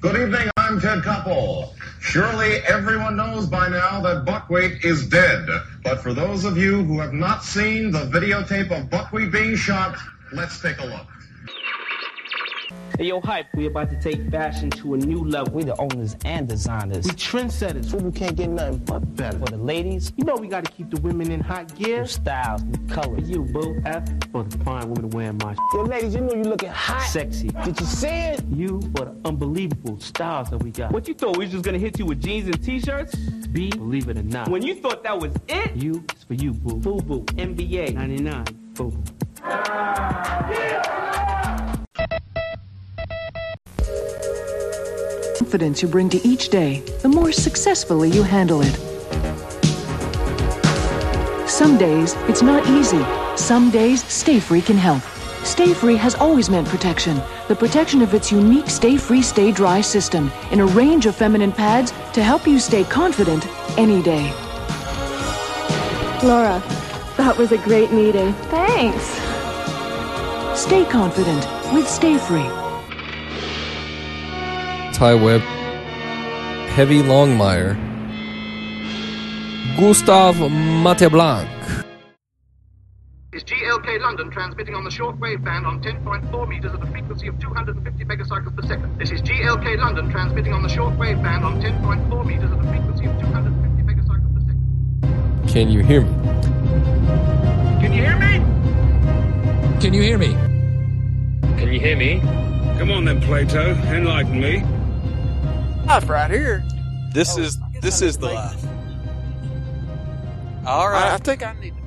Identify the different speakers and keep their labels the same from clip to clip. Speaker 1: Good evening, I'm Ted Koppel. Surely everyone knows by now that buckwheat is dead. But for those of you who have not seen the videotape of buckwheat being shot, let's take a look.
Speaker 2: Hey, yo, hype. We about to take fashion to a new level.
Speaker 3: We the owners and designers.
Speaker 2: We trendsetters.
Speaker 3: Women can't get nothing but better. For the ladies,
Speaker 2: You know we gotta keep the women in hot
Speaker 3: your
Speaker 2: gear.
Speaker 3: styles, your colors.
Speaker 2: You, boo. F for the fine woman wearing my
Speaker 3: Yo, ladies, you know you looking hot.
Speaker 2: sexy.
Speaker 3: Did you see it?
Speaker 2: You for the unbelievable styles that we got. What you thought we was just gonna hit you with jeans and t-shirts? B, believe it or not. When you thought that was it? You is for you, boo. Boo boo. NBA 99. Boo boo.
Speaker 4: confidence you bring to each day, the more successfully you handle it. Some days it's not easy. Some days Stay Free can help. Stay Free has always meant protection the protection of its unique Stay Free, Stay Dry system in a range of feminine pads to help you stay confident any day.
Speaker 5: Laura, that was a great meeting. Thanks.
Speaker 4: Stay confident with Stay Free.
Speaker 6: Ty Webb, Heavy Longmire, Gustav Mateblanc.
Speaker 7: is GLK London transmitting on the shortwave band on 10.4 meters at a frequency of 250 megacycles per second. This is GLK London transmitting on the shortwave band on 10.4 meters at a frequency of 250 megacycles per second.
Speaker 6: Can you hear me?
Speaker 7: Can you hear me?
Speaker 6: Can you hear me?
Speaker 8: Can you hear me?
Speaker 9: Come on then, Plato, enlighten me.
Speaker 10: laugh right here.
Speaker 11: This
Speaker 10: Oh,
Speaker 11: is
Speaker 10: I guess
Speaker 11: this
Speaker 10: I
Speaker 11: is
Speaker 10: didn't
Speaker 11: the
Speaker 10: make
Speaker 11: laugh.
Speaker 10: I-
Speaker 11: All
Speaker 10: I
Speaker 11: right.
Speaker 10: think I need to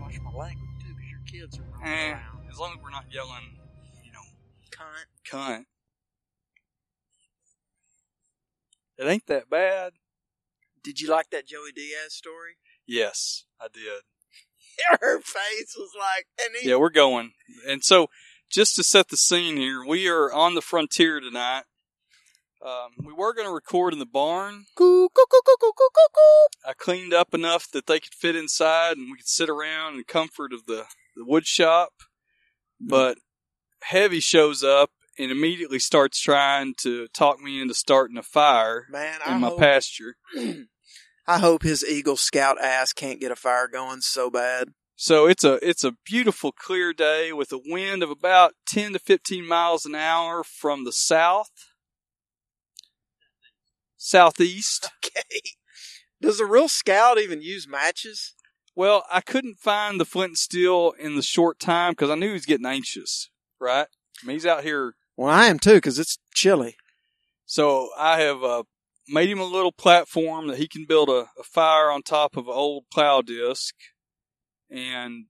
Speaker 10: watch my language too, because your kids are running
Speaker 11: Eh,
Speaker 10: around.
Speaker 11: as long as we're not yelling, you know,
Speaker 10: Cunt.
Speaker 11: cunt. It ain't that bad.
Speaker 10: Did you like that Joey Diaz story?
Speaker 11: Yes, I did.
Speaker 10: Her face was like, and he,
Speaker 11: Yeah, we're going. And so, just to set the scene here, we are on the frontier tonight. Um, we were going to record in the barn. I cleaned up enough that they could fit inside and we could sit around in the comfort of the, the wood shop.
Speaker 10: Mm.
Speaker 11: But Heavy shows up and immediately starts trying to talk me into starting a fire
Speaker 10: e- man,
Speaker 11: in
Speaker 10: I
Speaker 11: my
Speaker 10: hope,
Speaker 11: pasture.
Speaker 10: I hope his Eagle Scout ass can't get a fire going so bad.
Speaker 11: So it's a it's a beautiful clear day with a wind of about ten to fifteen miles an hour from the south, southeast.
Speaker 10: Okay. Does a real scout even use matches?
Speaker 11: Well, I couldn't find the flint and steel in the short time because I knew he was getting anxious. Right, I mean, he's out here,
Speaker 10: Well, I am too, because it's chilly.
Speaker 11: so I have uh, made him a little platform that he can build a, a fire on top of an old plow disc, and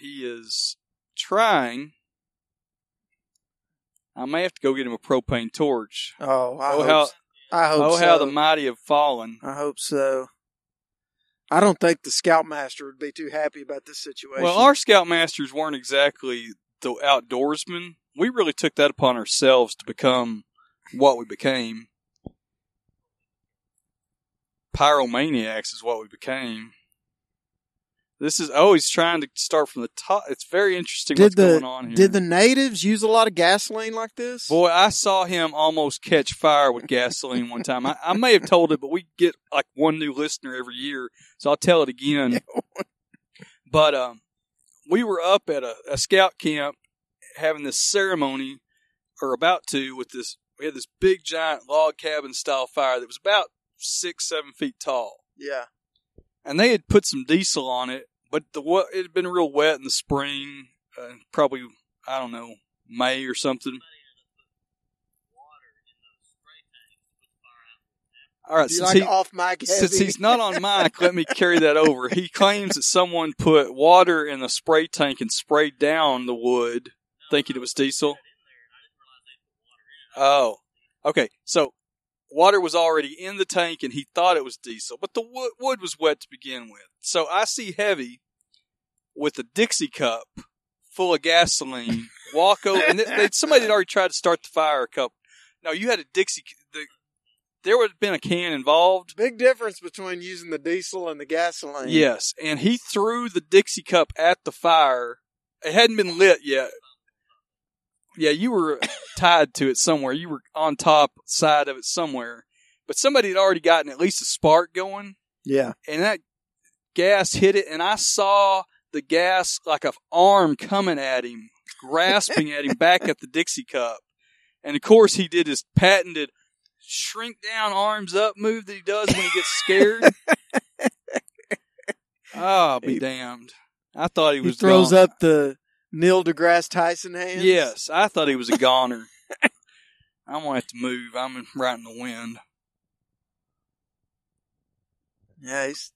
Speaker 11: he is trying. I may have to go get him a propane torch.
Speaker 10: Oh, I
Speaker 11: Oh,
Speaker 10: hope.
Speaker 11: how-
Speaker 10: s- I hope.
Speaker 11: oh,
Speaker 10: so.
Speaker 11: how the mighty have fallen.
Speaker 10: I hope so. I don't think the scoutmaster would be too happy about this situation.
Speaker 11: Well, our scoutmasters weren't exactly the outdoorsmen. We really took that upon ourselves to become what we became. Pyromaniacs is what we became. This is oh, he's trying to start from the top. It's very interesting
Speaker 10: did
Speaker 11: what's
Speaker 10: the
Speaker 11: going on here.
Speaker 10: did the natives use a lot of gasoline like this?
Speaker 11: Boy, I saw him almost catch fire with gasoline one time. I, I may have told it, but we get like one new listener every year, so I'll tell it again. but um, we were up at a, a scout camp having this ceremony, or about to, with this. We had this big giant log cabin style fire that was about six, seven feet tall
Speaker 10: yeah,
Speaker 11: and they had put some diesel on it, but the wa- it had been real wet in the spring, uh, probably I don't know May or something. All right,
Speaker 10: Do you
Speaker 11: since,
Speaker 10: like
Speaker 11: he,
Speaker 10: off mic heavy?
Speaker 11: since he's not on mic, let me carry that over. He claims that someone put water in the spray tank and sprayed down the wood, thinking it was diesel. Oh, okay. So water was already in the tank and he thought it was diesel, but the wood, wood was wet to begin with. So I see Heavy with a Dixie cup full of gasoline walk over, and th- they, somebody had already tried to start the fire a couple. No, you had a Dixie. c- The, there would have been a can involved.
Speaker 10: Big difference between using the diesel and the gasoline.
Speaker 11: Yes, and he threw the Dixie cup at the fire. It hadn't been lit yet. Yeah, you were tied to it somewhere. You were on top side of it somewhere, but somebody had already gotten at least a spark going,
Speaker 10: Yeah.
Speaker 11: and that gas hit it, and I saw the gas like a arm coming at him, grasping at him back at the Dixie cup, and of course he did his patented shrink down, arms up move that he does when he gets scared. Ah, be damned! I thought he
Speaker 10: He
Speaker 11: was
Speaker 10: throws
Speaker 11: gone.
Speaker 10: up the Neil deGrasse Tyson hands.
Speaker 11: Yes, I thought he was a goner. I'm gonna have to move. I'm right in the wind.
Speaker 10: Yeah, he's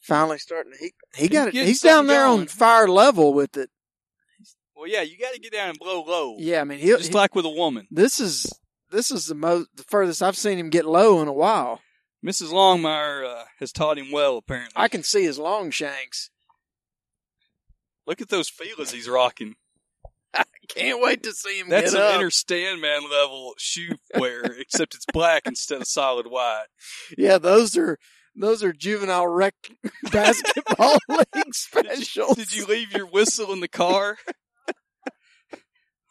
Speaker 10: finally starting. To, he he
Speaker 11: He
Speaker 10: got it.
Speaker 11: gets
Speaker 10: He's down
Speaker 11: something
Speaker 10: there
Speaker 11: going.
Speaker 10: on fire level with it.
Speaker 11: Well, yeah, you got to get down and blow low.
Speaker 10: Yeah, I mean, he'll,
Speaker 11: just
Speaker 10: he-
Speaker 11: like with a woman.
Speaker 10: this is this is the most the furthest I've seen him get low in a while.
Speaker 11: Mrs. Longmire uh, has taught him well. Apparently,
Speaker 10: I can see his long shanks.
Speaker 11: look at those feelers he's rocking.
Speaker 10: Can't wait to see him
Speaker 11: That's
Speaker 10: get
Speaker 11: an
Speaker 10: up.
Speaker 11: inner Standman level shoe wear, except it's black instead of solid white.
Speaker 10: yeah, those are those are juvenile rec basketball league specials.
Speaker 11: Did you leave your whistle in the car?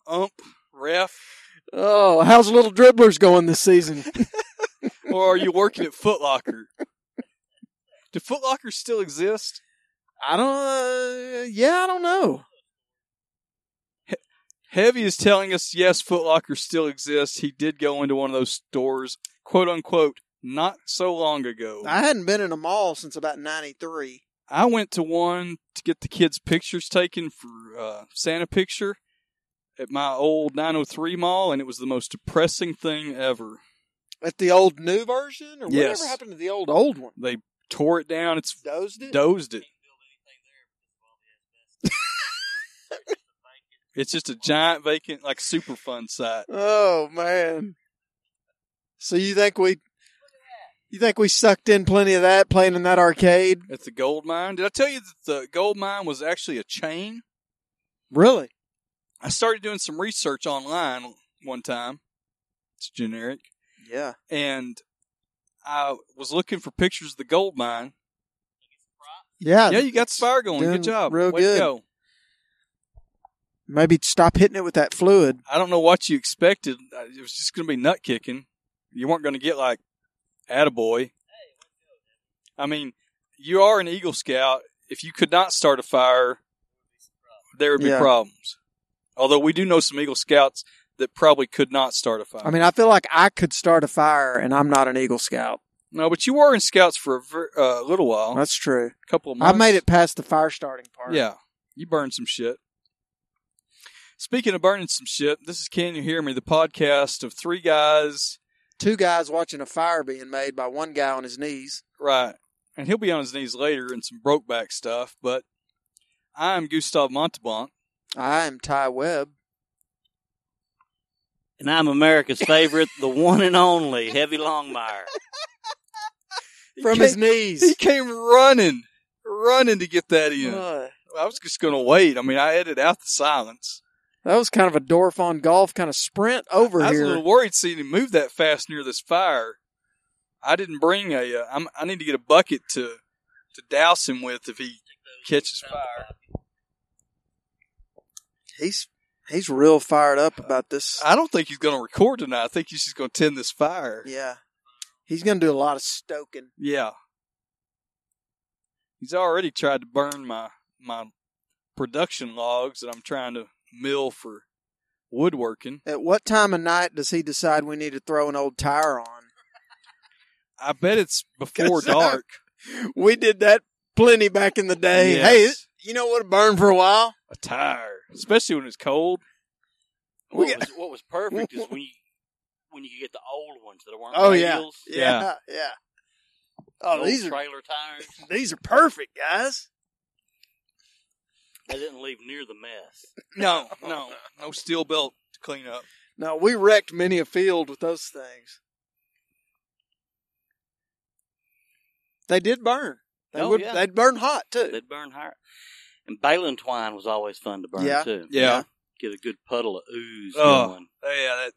Speaker 11: Ump, ref,
Speaker 10: Oh, how's little dribblers going this season?
Speaker 11: or are you working at Foot Locker? Do Foot Lockers still exist?
Speaker 10: I don't. Uh, yeah, I don't know.
Speaker 11: Heavy is telling us yes, Foot Locker still exists. He did go into one of those stores, quote unquote, not so long ago. I,
Speaker 10: I hadn't been in a mall since about '93.
Speaker 11: went to one to get the kids' pictures taken for uh, Santa Picture at my old 903 mall, and it was the most depressing thing ever.
Speaker 10: At the old new version, or
Speaker 11: Yes.
Speaker 10: whatever happened to the old old one?
Speaker 11: They tore it down. It's
Speaker 10: Dozed it.
Speaker 11: dozed it. It's just a giant vacant, like super fun site.
Speaker 10: Oh man. So you think we you think we sucked in plenty of that playing in that arcade?
Speaker 11: At the gold mine. Did I tell you that the gold mine was actually a chain?
Speaker 10: Really?
Speaker 11: I started doing some research online one time. It's generic.
Speaker 10: Yeah.
Speaker 11: And I was looking for pictures of the gold mine.
Speaker 10: Yeah.
Speaker 11: Yeah, you got the fire going.
Speaker 10: doing
Speaker 11: Good job.
Speaker 10: real
Speaker 11: Way to
Speaker 10: good.
Speaker 11: go.
Speaker 10: Maybe stop hitting it with that fluid.
Speaker 11: I don't know what you expected. Uh, It was just going to be nut kicking. You weren't going to get like attaboy. I mean, you are an Eagle Scout. If you could not start a fire, there would be
Speaker 10: Yeah.
Speaker 11: problems. Although we do know some Eagle Scouts that probably could not start a fire.
Speaker 10: I mean, I feel like I could start a fire and I'm not an Eagle Scout.
Speaker 11: No, but you were in scouts for a ver- uh, little while, a
Speaker 10: That's true.
Speaker 11: couple of
Speaker 10: I
Speaker 11: months.
Speaker 10: made it past the fire starting part.
Speaker 11: Yeah, you burned some shit. Speaking of burning some shit, this is Can You Hear Me, the podcast of three guys.
Speaker 10: Two guys watching a fire being made by one guy on his knees.
Speaker 11: Right, and he'll be on his knees later in some brokeback stuff. But I'm Gustav Montalban.
Speaker 10: I am Ty Webb.
Speaker 12: And I'm America's favorite, the one and only Heavy Longmire.
Speaker 10: From
Speaker 11: came,
Speaker 10: his knees.
Speaker 11: he came running, running to get that in.
Speaker 10: Uh,
Speaker 11: I was just going to wait. I mean, I edited out the silence.
Speaker 10: that was kind of a Dorf on golf kind of sprint over
Speaker 11: I was
Speaker 10: here.
Speaker 11: a little worried seeing him move that fast near this fire. I didn't bring a. Uh, I'm, I need to get a bucket to to douse him with if he catches fire.
Speaker 10: He's he's real fired up about this.
Speaker 11: I don't think he's going to record tonight. I think he's just going to tend this fire.
Speaker 10: Yeah, he's gonna do a lot of stoking.
Speaker 11: Yeah. He's already tried to burn my my production logs that I'm trying to mill for woodworking.
Speaker 10: At what time of night does he decide we need to throw an old tire on?
Speaker 11: I bet it's before
Speaker 10: 'Cause I-
Speaker 11: dark.
Speaker 10: We did that plenty back in the day.
Speaker 11: Yes.
Speaker 10: Hey, you know what burned for a while?
Speaker 11: A tire, especially when it's cold.
Speaker 10: We
Speaker 12: What,
Speaker 10: got-
Speaker 12: was, what was perfect is when you when you could get the old ones that weren't
Speaker 10: Oh, yeah.
Speaker 12: radials.
Speaker 10: yeah, yeah. Oh,
Speaker 12: the old
Speaker 10: these are
Speaker 12: trailer tires.
Speaker 10: these are perfect, guys.
Speaker 12: They didn't leave near the mess.
Speaker 11: No, no, no steel belt to clean up.
Speaker 10: No, we wrecked many a field with those things. They did burn. They
Speaker 12: Oh,
Speaker 10: would.
Speaker 12: yeah.
Speaker 10: They'd burn hot too.
Speaker 12: They'd burn higher. And baling twine was always fun to burn
Speaker 10: Yeah.
Speaker 12: too.
Speaker 11: Yeah.
Speaker 12: Get a good puddle of ooze
Speaker 11: Oh.
Speaker 12: going.
Speaker 11: Yeah, that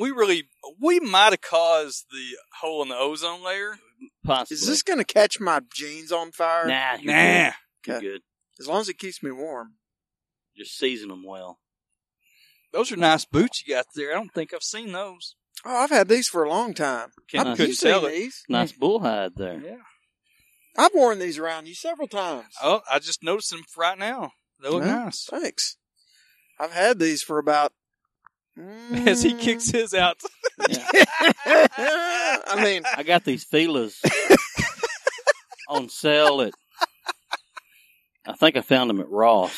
Speaker 11: we really we might have caused the hole in the ozone layer.
Speaker 12: Possibly.
Speaker 10: Is this going to catch my jeans on fire?
Speaker 12: Nah, you're
Speaker 11: Nah,
Speaker 12: Good. You're
Speaker 10: As long as it keeps me warm.
Speaker 12: Just season them well.
Speaker 11: Those are nice boots you got there. I don't think I've seen those.
Speaker 10: Oh, I've had these for a long time.
Speaker 12: Can
Speaker 10: I've-
Speaker 12: I-
Speaker 10: you've seen
Speaker 11: tell it.
Speaker 10: these.
Speaker 12: Nice bullhide there.
Speaker 11: Yeah.
Speaker 10: I've worn these around you several times.
Speaker 11: Oh, I just noticed them right now. They look
Speaker 10: Well,
Speaker 11: nice.
Speaker 10: Thanks. I've had these for about. mm.
Speaker 11: As he kicks his out.
Speaker 10: I mean,
Speaker 12: I got these feelers on sale at. I think I found them at Ross.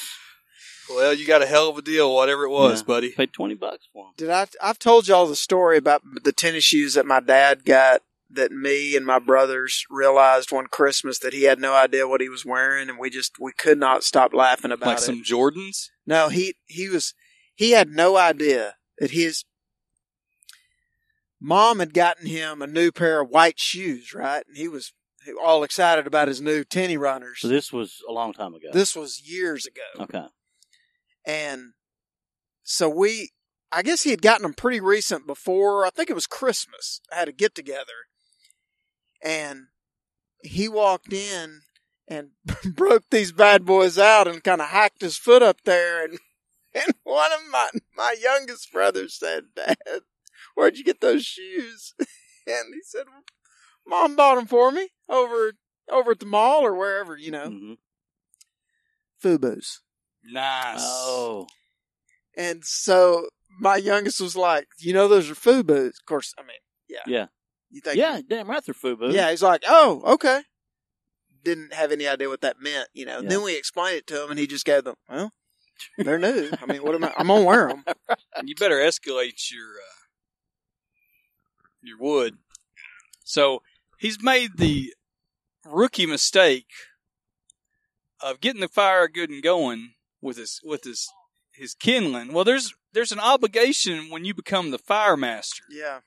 Speaker 11: Well, you got a hell of a deal, whatever it was,
Speaker 12: Yeah.
Speaker 11: buddy.
Speaker 12: Paid twenty bucks for them.
Speaker 10: Did I? I've told y'all the story about the tennis shoes that my dad got that me and my brothers realized one Christmas that he had no idea what he was wearing, and we just we could not stop laughing about
Speaker 11: Like
Speaker 10: it.
Speaker 11: some Jordans.
Speaker 10: No, he he was he had no idea that his mom had gotten him a new pair of white shoes, right? And he was all excited about his new tenny runners.
Speaker 12: So this was a long time ago.
Speaker 10: This was years ago.
Speaker 12: okay.
Speaker 10: And so we, I guess he had gotten them pretty recent before, I think it was Christmas. I had a get together. And he walked in and broke these bad boys out and kind of hacked his foot up there. And, and one of my, my youngest brothers said, Dad, where'd you get those shoes? And he said, Mom bought them for me over, over at the mall or wherever, you know.
Speaker 12: Mhm.
Speaker 10: Fubo's.
Speaker 11: Nice.
Speaker 12: Oh,
Speaker 10: And so my youngest was like, "You know, those are Fubu." Of course, I mean, yeah,
Speaker 12: yeah,
Speaker 10: you think,
Speaker 12: yeah. Damn right, they're FUBU.
Speaker 10: yeah. He's like, "Oh, okay." Didn't have any idea what that meant, you know.
Speaker 12: Yeah.
Speaker 10: Then we explained it to him, and he just gave them, "Well, they're new. I mean, what am I? I'm gonna wear them."
Speaker 11: You better escalate your uh, your wood. So he's made the rookie mistake of getting the fire good and going with his with his his kindling. Well, there's there's an obligation when you become the fire master.
Speaker 10: Yeah.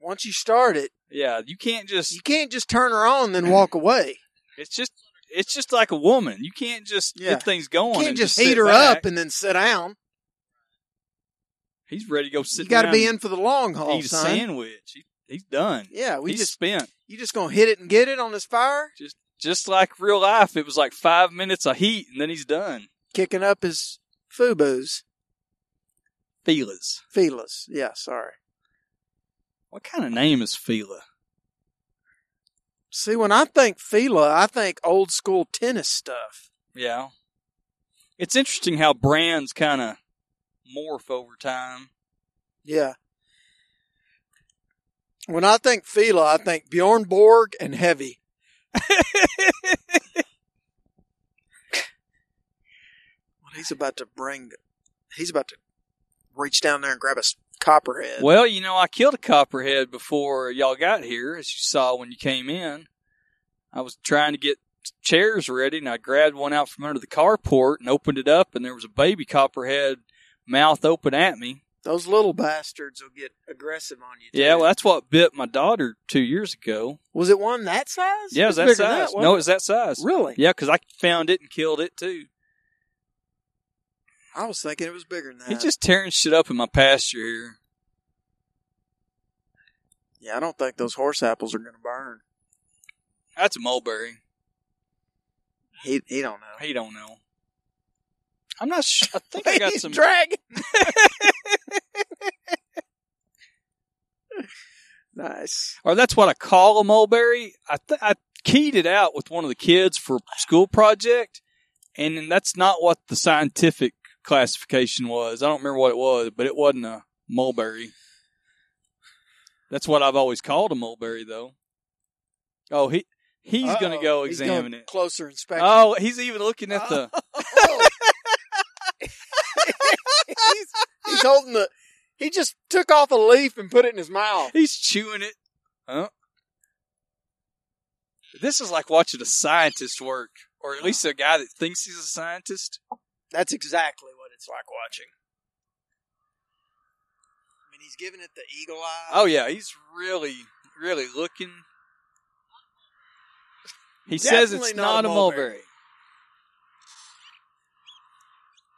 Speaker 10: Once you start it,
Speaker 11: Yeah, you can't just
Speaker 10: you can't just turn her on and then walk away.
Speaker 11: It's just it's just like a woman. You can't just
Speaker 10: Yeah.
Speaker 11: get things going.
Speaker 10: You can't
Speaker 11: and
Speaker 10: just
Speaker 11: sit
Speaker 10: heat her
Speaker 11: back.
Speaker 10: up and then sit down.
Speaker 11: He's ready to go sit.
Speaker 10: you got to
Speaker 11: down
Speaker 10: be in
Speaker 11: and
Speaker 10: for the long haul,
Speaker 11: eat a
Speaker 10: Oh, son.
Speaker 11: sandwich. He, he's done.
Speaker 10: Yeah, we
Speaker 11: he's
Speaker 10: just-
Speaker 11: spent.
Speaker 10: You just gonna hit it and get it on this fire,
Speaker 11: Just just like real life, it was like five minutes of heat and then he's done.
Speaker 10: kicking up his Fubu's
Speaker 11: Fila's.
Speaker 10: feelers. Yeah, sorry.
Speaker 11: What kind of name is Fila?
Speaker 10: See, when I think Fila, I think old school tennis stuff.
Speaker 11: Yeah. It's interesting how brands kind of morph over time.
Speaker 10: Yeah. When I think Fila, I think Bjorn Borg and Heavy. well, he's about to bring. He's about to reach down there and grab a s- copperhead.
Speaker 11: Well, you know, I killed a copperhead before y'all got here, as you saw when you came in. I was trying to get chairs ready, and I grabbed one out from under the carport and opened it up, and there was a baby copperhead mouth open at me.
Speaker 10: Those little bastards will get aggressive on you. Too.
Speaker 11: Yeah, well, that's what bit my daughter two years ago.
Speaker 10: was it one that size?
Speaker 11: Yeah, it was that
Speaker 10: It's bigger than
Speaker 11: size.
Speaker 10: wasn't
Speaker 11: no, it was that size.
Speaker 10: Really?
Speaker 11: Yeah, because I found it and killed it too.
Speaker 10: I was thinking it was bigger than that.
Speaker 11: He's just tearing shit up in my pasture here.
Speaker 10: yeah, I don't think those horse apples are going to burn.
Speaker 11: That's a mulberry.
Speaker 10: He he don't know.
Speaker 11: He don't know. I'm not sure. I think I got some.
Speaker 10: dragon. nice.
Speaker 11: or that's what I call a mulberry. I th- I keyed it out with one of the kids for a school project, and then that's not what the scientific classification was. I don't remember what it was, but it wasn't a mulberry. That's what I've always called a mulberry, though. Oh, he he's gonna
Speaker 10: Uh-oh.
Speaker 11: go
Speaker 10: He's
Speaker 11: examine
Speaker 10: going
Speaker 11: it.
Speaker 10: Closer inspection.
Speaker 11: Oh, he's even looking at the.
Speaker 10: he's, he's holding the. He just took off a leaf and put it in his mouth.
Speaker 11: He's chewing it. Huh? This is like watching a scientist work, or at least a guy that thinks he's a scientist.
Speaker 10: That's exactly what it's like watching. I mean, he's giving it the eagle eye.
Speaker 11: Oh yeah, he's really, really looking. He says it's
Speaker 10: Definitely
Speaker 11: not, a mulberry.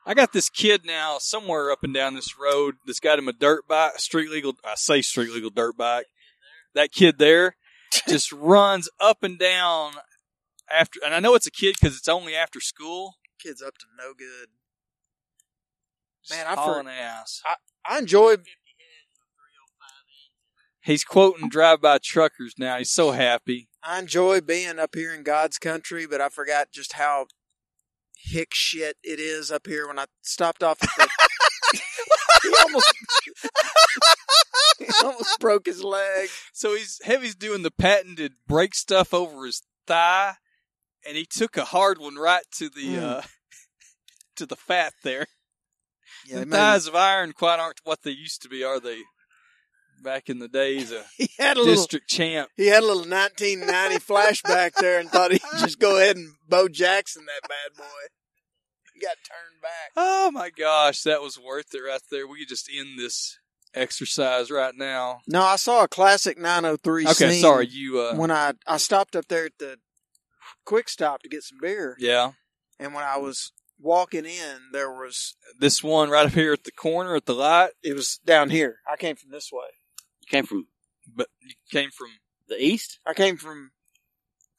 Speaker 11: I got this kid now somewhere up and down this road that's got him a dirt bike, street legal. I say street legal dirt bike. That kid there just runs up and down after, and I know it's a kid because it's only after school.
Speaker 10: Kid's up to no good. Man, I
Speaker 11: hauling
Speaker 10: for-
Speaker 11: ass.
Speaker 10: I, I enjoy.
Speaker 11: He's quoting drive-by truckers now. He's so happy.
Speaker 10: I enjoy being up here in God's country, but I forgot just how hick shit it is up here. When I stopped off, at the, he almost he almost broke his leg.
Speaker 11: So he's heavy's doing the patented break stuff over his thigh, and he took a hard one right to the
Speaker 10: Hmm.
Speaker 11: uh, to the fat there.
Speaker 10: Yeah,
Speaker 11: the
Speaker 10: it made
Speaker 11: thighs of iron quite aren't what they used to be, are they? Back in the days of
Speaker 10: He had a little-
Speaker 11: district champ.
Speaker 10: He had a little 1990 flashback there and thought he'd just go ahead and Bo Jackson that bad boy. He got turned back.
Speaker 11: Oh my gosh, that was worth it right there. We could just end this exercise right now.
Speaker 10: No, I saw a classic 903
Speaker 11: Okay,
Speaker 10: scene
Speaker 11: sorry, you, uh,
Speaker 10: when I I stopped up there at the quick stop to get some beer,
Speaker 11: Yeah.
Speaker 10: and when I was walking in, there was
Speaker 11: This one right up here at the corner at the light.
Speaker 10: It was down here. I came from this way.
Speaker 12: You came from
Speaker 11: but you came from
Speaker 12: the east?
Speaker 10: I came from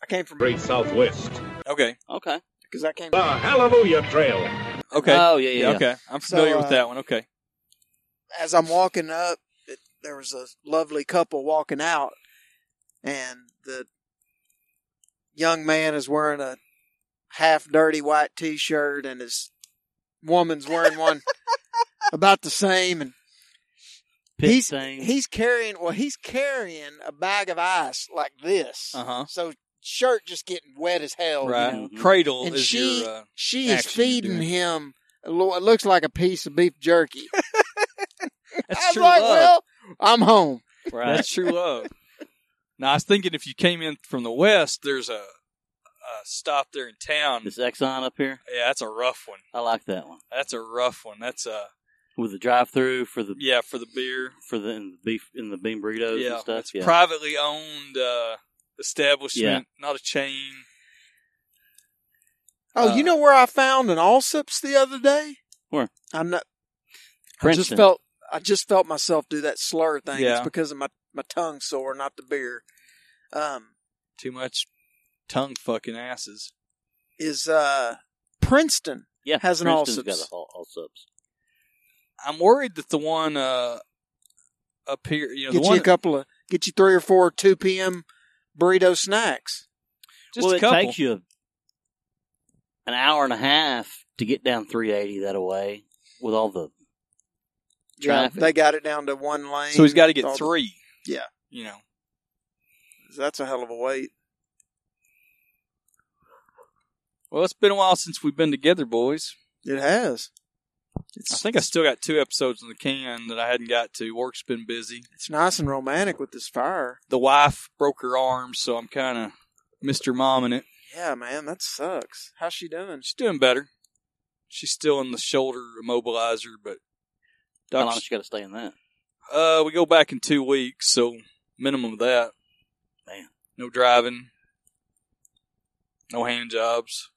Speaker 10: I came from
Speaker 12: Great Southwest.
Speaker 11: Okay.
Speaker 12: Okay.
Speaker 10: because I came
Speaker 11: Ah.
Speaker 12: The Hallelujah Trail.
Speaker 11: Okay.
Speaker 12: Oh yeah, yeah. yeah.
Speaker 11: Okay. I'm
Speaker 10: So,
Speaker 11: familiar
Speaker 10: uh,
Speaker 11: with that one. Okay.
Speaker 10: as I'm walking up, it, there was a lovely couple walking out, and the young man is wearing a half dirty white t shirt, and his woman's wearing one about the same. And
Speaker 12: Pit
Speaker 10: he's
Speaker 12: stain.
Speaker 10: he's carrying well, he's carrying a bag of ice like this,
Speaker 11: Uh-huh.
Speaker 10: so shirt just getting wet as hell, you
Speaker 11: Right.
Speaker 10: know?
Speaker 11: Cradle
Speaker 10: and
Speaker 11: is
Speaker 10: she
Speaker 11: your uh,
Speaker 10: she is
Speaker 11: action you're
Speaker 10: feeding
Speaker 11: doing.
Speaker 10: him. a lo- It looks like a piece of beef jerky.
Speaker 11: That's
Speaker 10: I was
Speaker 11: true
Speaker 10: like,
Speaker 11: love.
Speaker 10: well, I'm home.
Speaker 12: Right.
Speaker 11: That's true love. now I was thinking if you came in from the west, there's a, a stop there in town.
Speaker 12: This Exxon up here.
Speaker 11: Yeah, that's a rough one.
Speaker 12: I like that one
Speaker 11: That's a rough one. That's a
Speaker 12: with the drive-through for the
Speaker 11: yeah for the beer.
Speaker 12: for the, and the beef and the bean burritos
Speaker 11: Yeah,
Speaker 12: and stuff.
Speaker 11: it's
Speaker 12: yeah.
Speaker 11: privately owned uh, establishment, not a chain.
Speaker 10: Oh,
Speaker 11: Uh,
Speaker 10: you know where I found an Allsips the other day?
Speaker 12: Where?
Speaker 10: I'm not. I
Speaker 12: Princeton.
Speaker 10: just felt I just felt myself do that slur thing. It's
Speaker 11: Yeah.
Speaker 10: because of my my tongue sore, not the beer. Um,
Speaker 11: Too much tongue fucking asses.
Speaker 10: is uh Princeton?
Speaker 12: yeah,
Speaker 10: has an
Speaker 12: Princeton's
Speaker 10: Allsup's.
Speaker 12: got a all, all subs.
Speaker 11: I'm worried that the one uh, up here, you know,
Speaker 10: Get
Speaker 11: the
Speaker 10: you
Speaker 11: one
Speaker 10: a couple of get you three or four two p.m. burrito snacks.
Speaker 11: just
Speaker 12: well,
Speaker 11: a couple.
Speaker 12: it takes you an hour and a half to get down 380 that way with all the
Speaker 10: Yeah,
Speaker 12: traffic.
Speaker 10: they got it down to one lane.
Speaker 11: so he's got to get
Speaker 10: All the-
Speaker 11: three.
Speaker 10: Yeah.
Speaker 11: you know.
Speaker 10: That's a hell of a wait.
Speaker 11: Well, it's been a while since we've been together, boys.
Speaker 10: It has.
Speaker 11: I think I still got two episodes in the can that I hadn't got to. Work's been busy.
Speaker 10: It's nice and romantic with this fire.
Speaker 11: The wife broke her arm, so I'm kind of Mr. Momming it.
Speaker 10: Yeah, man, that sucks. How's she doing?
Speaker 11: She's doing better. She's still in the shoulder immobilizer, but
Speaker 12: How long
Speaker 11: doctor,
Speaker 12: has you got to stay in that?
Speaker 11: uh, we go back in two weeks, so minimum of that.
Speaker 12: Man.
Speaker 11: no driving, no hand jobs.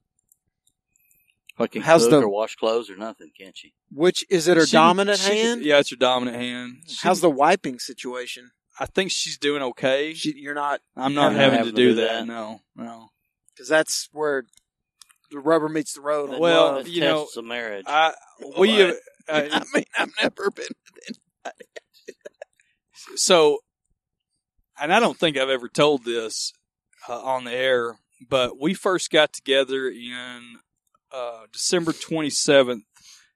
Speaker 12: Fucking
Speaker 10: How's
Speaker 12: cook
Speaker 10: the-
Speaker 12: or wash clothes or nothing, can't she?
Speaker 10: Which is it? Her
Speaker 11: She-
Speaker 10: dominant
Speaker 11: she-
Speaker 10: hand?
Speaker 11: Yeah, it's her dominant hand. She-
Speaker 10: How's the wiping situation?
Speaker 11: I think she's doing okay.
Speaker 10: She, you're not
Speaker 11: I'm not
Speaker 12: Haven't
Speaker 11: having
Speaker 12: had
Speaker 11: to
Speaker 12: to
Speaker 11: do
Speaker 12: do
Speaker 11: that.
Speaker 12: that.
Speaker 11: No, no.
Speaker 10: because that's where the rubber meets the road. on
Speaker 11: Well,
Speaker 10: love.
Speaker 12: Love
Speaker 11: you know,
Speaker 12: tests a marriage.
Speaker 11: I we have, uh,
Speaker 10: I mean, I've never been.
Speaker 11: so, and I don't think I've ever told this uh, on the air, but we first got together in uh, December twenty seventh,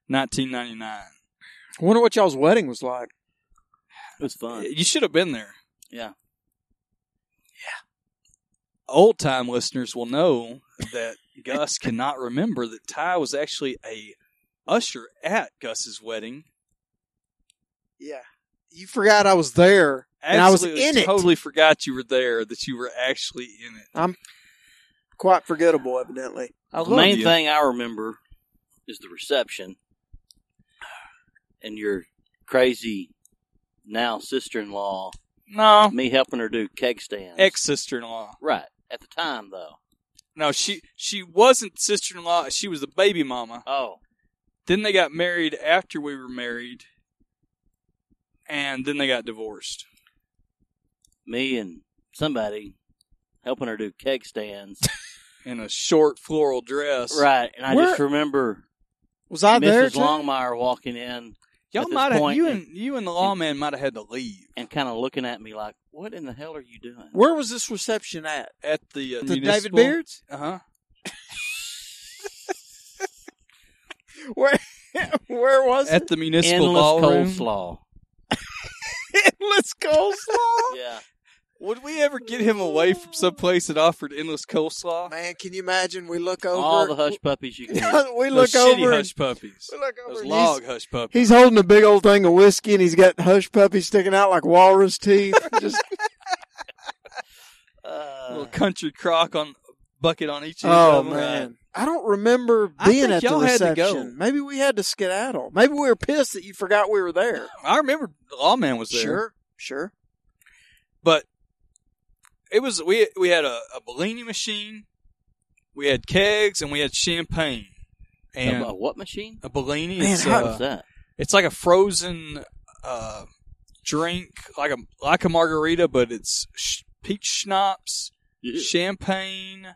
Speaker 11: nineteen ninety nine.
Speaker 10: I wonder what y'all's wedding was like.
Speaker 12: it was fun.
Speaker 11: You should have been there.
Speaker 12: Yeah.
Speaker 11: Old time listeners will know that Gus cannot remember that Ty was actually a usher at Gus's wedding.
Speaker 10: Yeah, you forgot I was there, and I was
Speaker 11: Absolutely,
Speaker 10: in it.
Speaker 11: Totally forgot you were there. That you were actually in it.
Speaker 10: I'm quite forgettable, evidently.
Speaker 11: I
Speaker 12: the main thing I remember is the reception and your crazy now sister in law,
Speaker 11: No,
Speaker 12: me helping her do keg stands.
Speaker 11: ex sister in law.
Speaker 12: right. At the time, though.
Speaker 11: No, she she wasn't sister in law. She was the baby mama.
Speaker 12: Oh,
Speaker 11: Then they got married after we were married, and then they got divorced.
Speaker 12: me and somebody helping her do keg stands.
Speaker 11: in a short floral dress.
Speaker 12: Right, and I
Speaker 10: Where-
Speaker 12: just remember
Speaker 10: Was I
Speaker 12: Mrs.
Speaker 10: there, too?
Speaker 12: Longmire walking in.
Speaker 11: Y'all
Speaker 12: at this
Speaker 11: might have
Speaker 12: point
Speaker 11: you and you and the lawman might have had to leave.
Speaker 12: and kind of looking at me like, "What in the hell are you doing?"
Speaker 10: Where was this reception at?
Speaker 11: At the uh,
Speaker 10: The David
Speaker 11: municipal-
Speaker 10: Beards?
Speaker 11: Uh huh.
Speaker 10: Where where was
Speaker 11: At
Speaker 10: it?
Speaker 11: the municipal ballroom.
Speaker 10: Endless coleslaw?
Speaker 12: yeah.
Speaker 11: Would we ever get him away from some place that offered endless coleslaw?
Speaker 10: Man, can you imagine? We look over.
Speaker 12: All the hush puppies you can. get.
Speaker 10: we look
Speaker 11: Those shitty
Speaker 10: over.
Speaker 11: hush puppies.
Speaker 10: We look
Speaker 11: Those
Speaker 10: over.
Speaker 11: log hush puppies.
Speaker 10: He's holding a big old thing of whiskey, and he's got hush puppies sticking out like walrus teeth. Just
Speaker 11: little country crock on bucket on each end.
Speaker 10: oh
Speaker 11: of them.
Speaker 10: man, I don't remember
Speaker 11: I
Speaker 10: being
Speaker 11: think
Speaker 10: at the
Speaker 11: y'all had to go.
Speaker 10: reception. Maybe we had to skedaddle. Maybe we were pissed that you forgot we were there.
Speaker 11: I remember the lawman was there.
Speaker 10: Sure, sure.
Speaker 11: but it was we we had a, a Bellini machine, we had kegs, and we had champagne. And
Speaker 12: A- a what machine?
Speaker 11: A Bellini.
Speaker 12: Man,
Speaker 11: it's,
Speaker 12: how-
Speaker 11: uh,
Speaker 12: What's that?
Speaker 11: It's like a frozen uh, drink, like a like a margarita, but it's sh- peach schnapps,
Speaker 12: Yeah.
Speaker 11: champagne.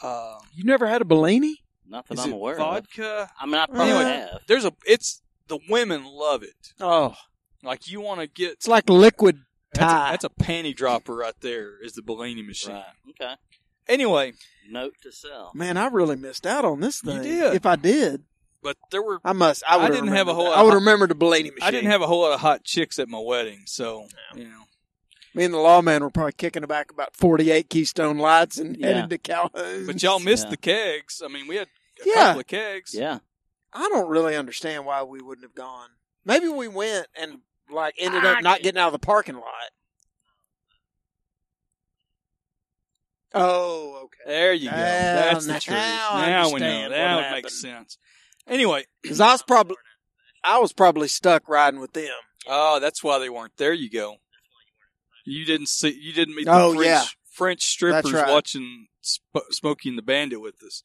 Speaker 11: Um,
Speaker 10: You never had a Bellini?
Speaker 12: Not that
Speaker 11: is
Speaker 12: I'm
Speaker 11: it
Speaker 12: aware of.
Speaker 11: vodka.
Speaker 12: I mean, I probably
Speaker 11: Anyway,
Speaker 12: have.
Speaker 11: there's a. It's the women love it.
Speaker 10: Oh,
Speaker 11: Like you want to get.
Speaker 10: it's like liquid
Speaker 11: That's
Speaker 10: tie.
Speaker 11: a, that's a panty dropper right there. Is the Bellini machine?
Speaker 12: Right. Okay.
Speaker 11: Anyway,
Speaker 12: Note to sell.
Speaker 10: Man, I really missed out on this thing.
Speaker 11: did.
Speaker 10: If I did,
Speaker 11: but there were
Speaker 10: I must. I,
Speaker 11: I
Speaker 10: would
Speaker 11: didn't have a whole lot
Speaker 10: I would
Speaker 11: of-
Speaker 10: remember the Bellini machine.
Speaker 11: I didn't have a whole lot of hot chicks at my wedding, so you know.
Speaker 10: Me and the lawman were probably kicking back about forty-eight Keystone Lights and
Speaker 12: Yeah.
Speaker 10: headed to Calhoun.
Speaker 11: But y'all missed
Speaker 12: Yeah.
Speaker 11: the kegs. I mean, we had a
Speaker 10: Yeah.
Speaker 11: couple of kegs.
Speaker 12: Yeah.
Speaker 10: I don't really understand why we wouldn't have gone. Maybe we went and like ended up not getting out of the parking lot. Oh, okay.
Speaker 11: There you go.
Speaker 10: Now-
Speaker 11: That's the
Speaker 10: now
Speaker 11: truth.
Speaker 10: I
Speaker 11: Now we know.
Speaker 10: understand
Speaker 11: That
Speaker 10: what
Speaker 11: would make
Speaker 10: happened.
Speaker 11: sense. Anyway,
Speaker 10: Because I was probably, I was probably stuck riding with them.
Speaker 11: oh, that's why they weren't. There you go. You didn't see. You didn't meet the
Speaker 10: Oh,
Speaker 11: French,
Speaker 10: yeah.
Speaker 11: French strippers
Speaker 10: right.
Speaker 11: watching Sp- Smokey and the Bandit with us.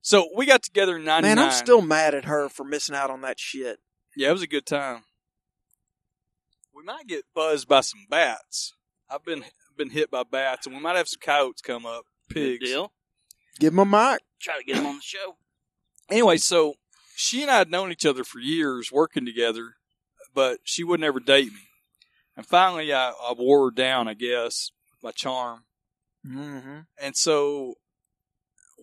Speaker 11: So we got together in '99.
Speaker 10: Man, I'm still mad at her for missing out on that shit.
Speaker 11: Yeah, it was a good time. We might get buzzed by some bats. I've been been hit by bats, and we might have some coyotes come up,
Speaker 12: Good
Speaker 11: pigs.
Speaker 12: deal.
Speaker 10: Give him a mic.
Speaker 12: Try to get him on the show.
Speaker 11: Anyway, so she and I had known each other for years, working together, but she would never date me. And finally, I, I wore her down, I guess, my charm.
Speaker 10: Mm-hmm.
Speaker 11: And so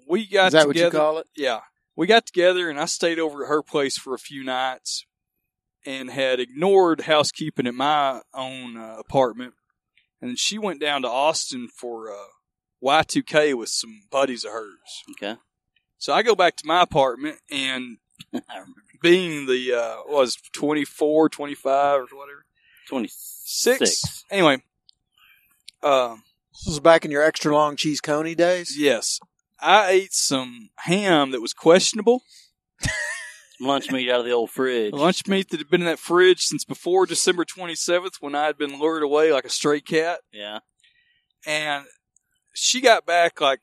Speaker 11: we got
Speaker 10: Is that what you
Speaker 11: together.
Speaker 10: call it?
Speaker 11: yeah, we got together, and I stayed over at her place for a few nights, and had ignored housekeeping at my own uh, apartment. And then she went down to Austin for uh, Y2K with some buddies of hers.
Speaker 12: Okay.
Speaker 11: So I go back to my apartment, and
Speaker 12: I remember.
Speaker 11: being the uh, what was it, 24, 25 or whatever,
Speaker 12: Twenty-six.
Speaker 11: six. Anyway, um,
Speaker 10: This was back in your extra long cheese coney days.
Speaker 11: yes, I ate some ham that was questionable.
Speaker 12: Lunch meat out of the old fridge.
Speaker 11: Lunch meat that had been in that fridge since before December 27th when I had been lured away like a stray cat.
Speaker 12: Yeah.
Speaker 11: And she got back like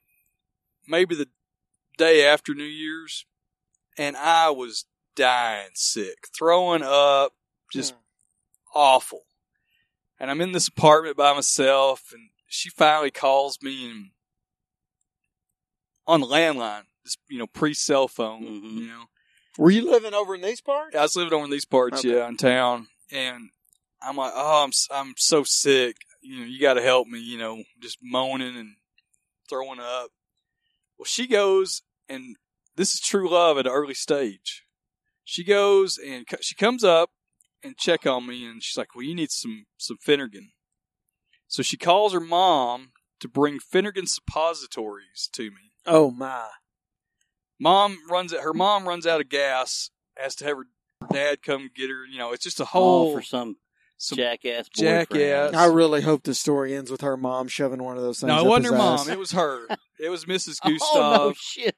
Speaker 11: maybe the day after New Year's, and I was dying sick, throwing up,
Speaker 12: Hmm.
Speaker 11: just awful. And I'm in this apartment by myself, and she finally calls me and on the landline, just you know, pre cell phone,
Speaker 12: Mhm.
Speaker 11: you know.
Speaker 10: Were you living over in these parts?
Speaker 11: I was living over in these parts,
Speaker 10: Okay.
Speaker 11: yeah, in town, and I'm like, oh, I'm s- I'm so sick. You know, you got to help me. You know, just moaning and throwing up. Well, she goes, and this is true love at an early stage. She goes and co- she comes up and check on me, and she's like, "Well, you need some some Finnegan." So she calls her mom to bring Finnegan suppositories to me.
Speaker 10: Oh my!
Speaker 11: Mom runs her mom runs out of gas, has to have her dad come get her. You know, it's just a whole
Speaker 12: All for some
Speaker 11: some-
Speaker 12: jackass boyfriend.
Speaker 11: jackass.
Speaker 10: I really hope the story ends with her mom shoving one of those things.
Speaker 11: no, it
Speaker 10: up
Speaker 11: wasn't
Speaker 10: his
Speaker 11: her
Speaker 10: ass.
Speaker 11: mom. It was her. It was Mrs. Gustav.
Speaker 12: Oh no, shit.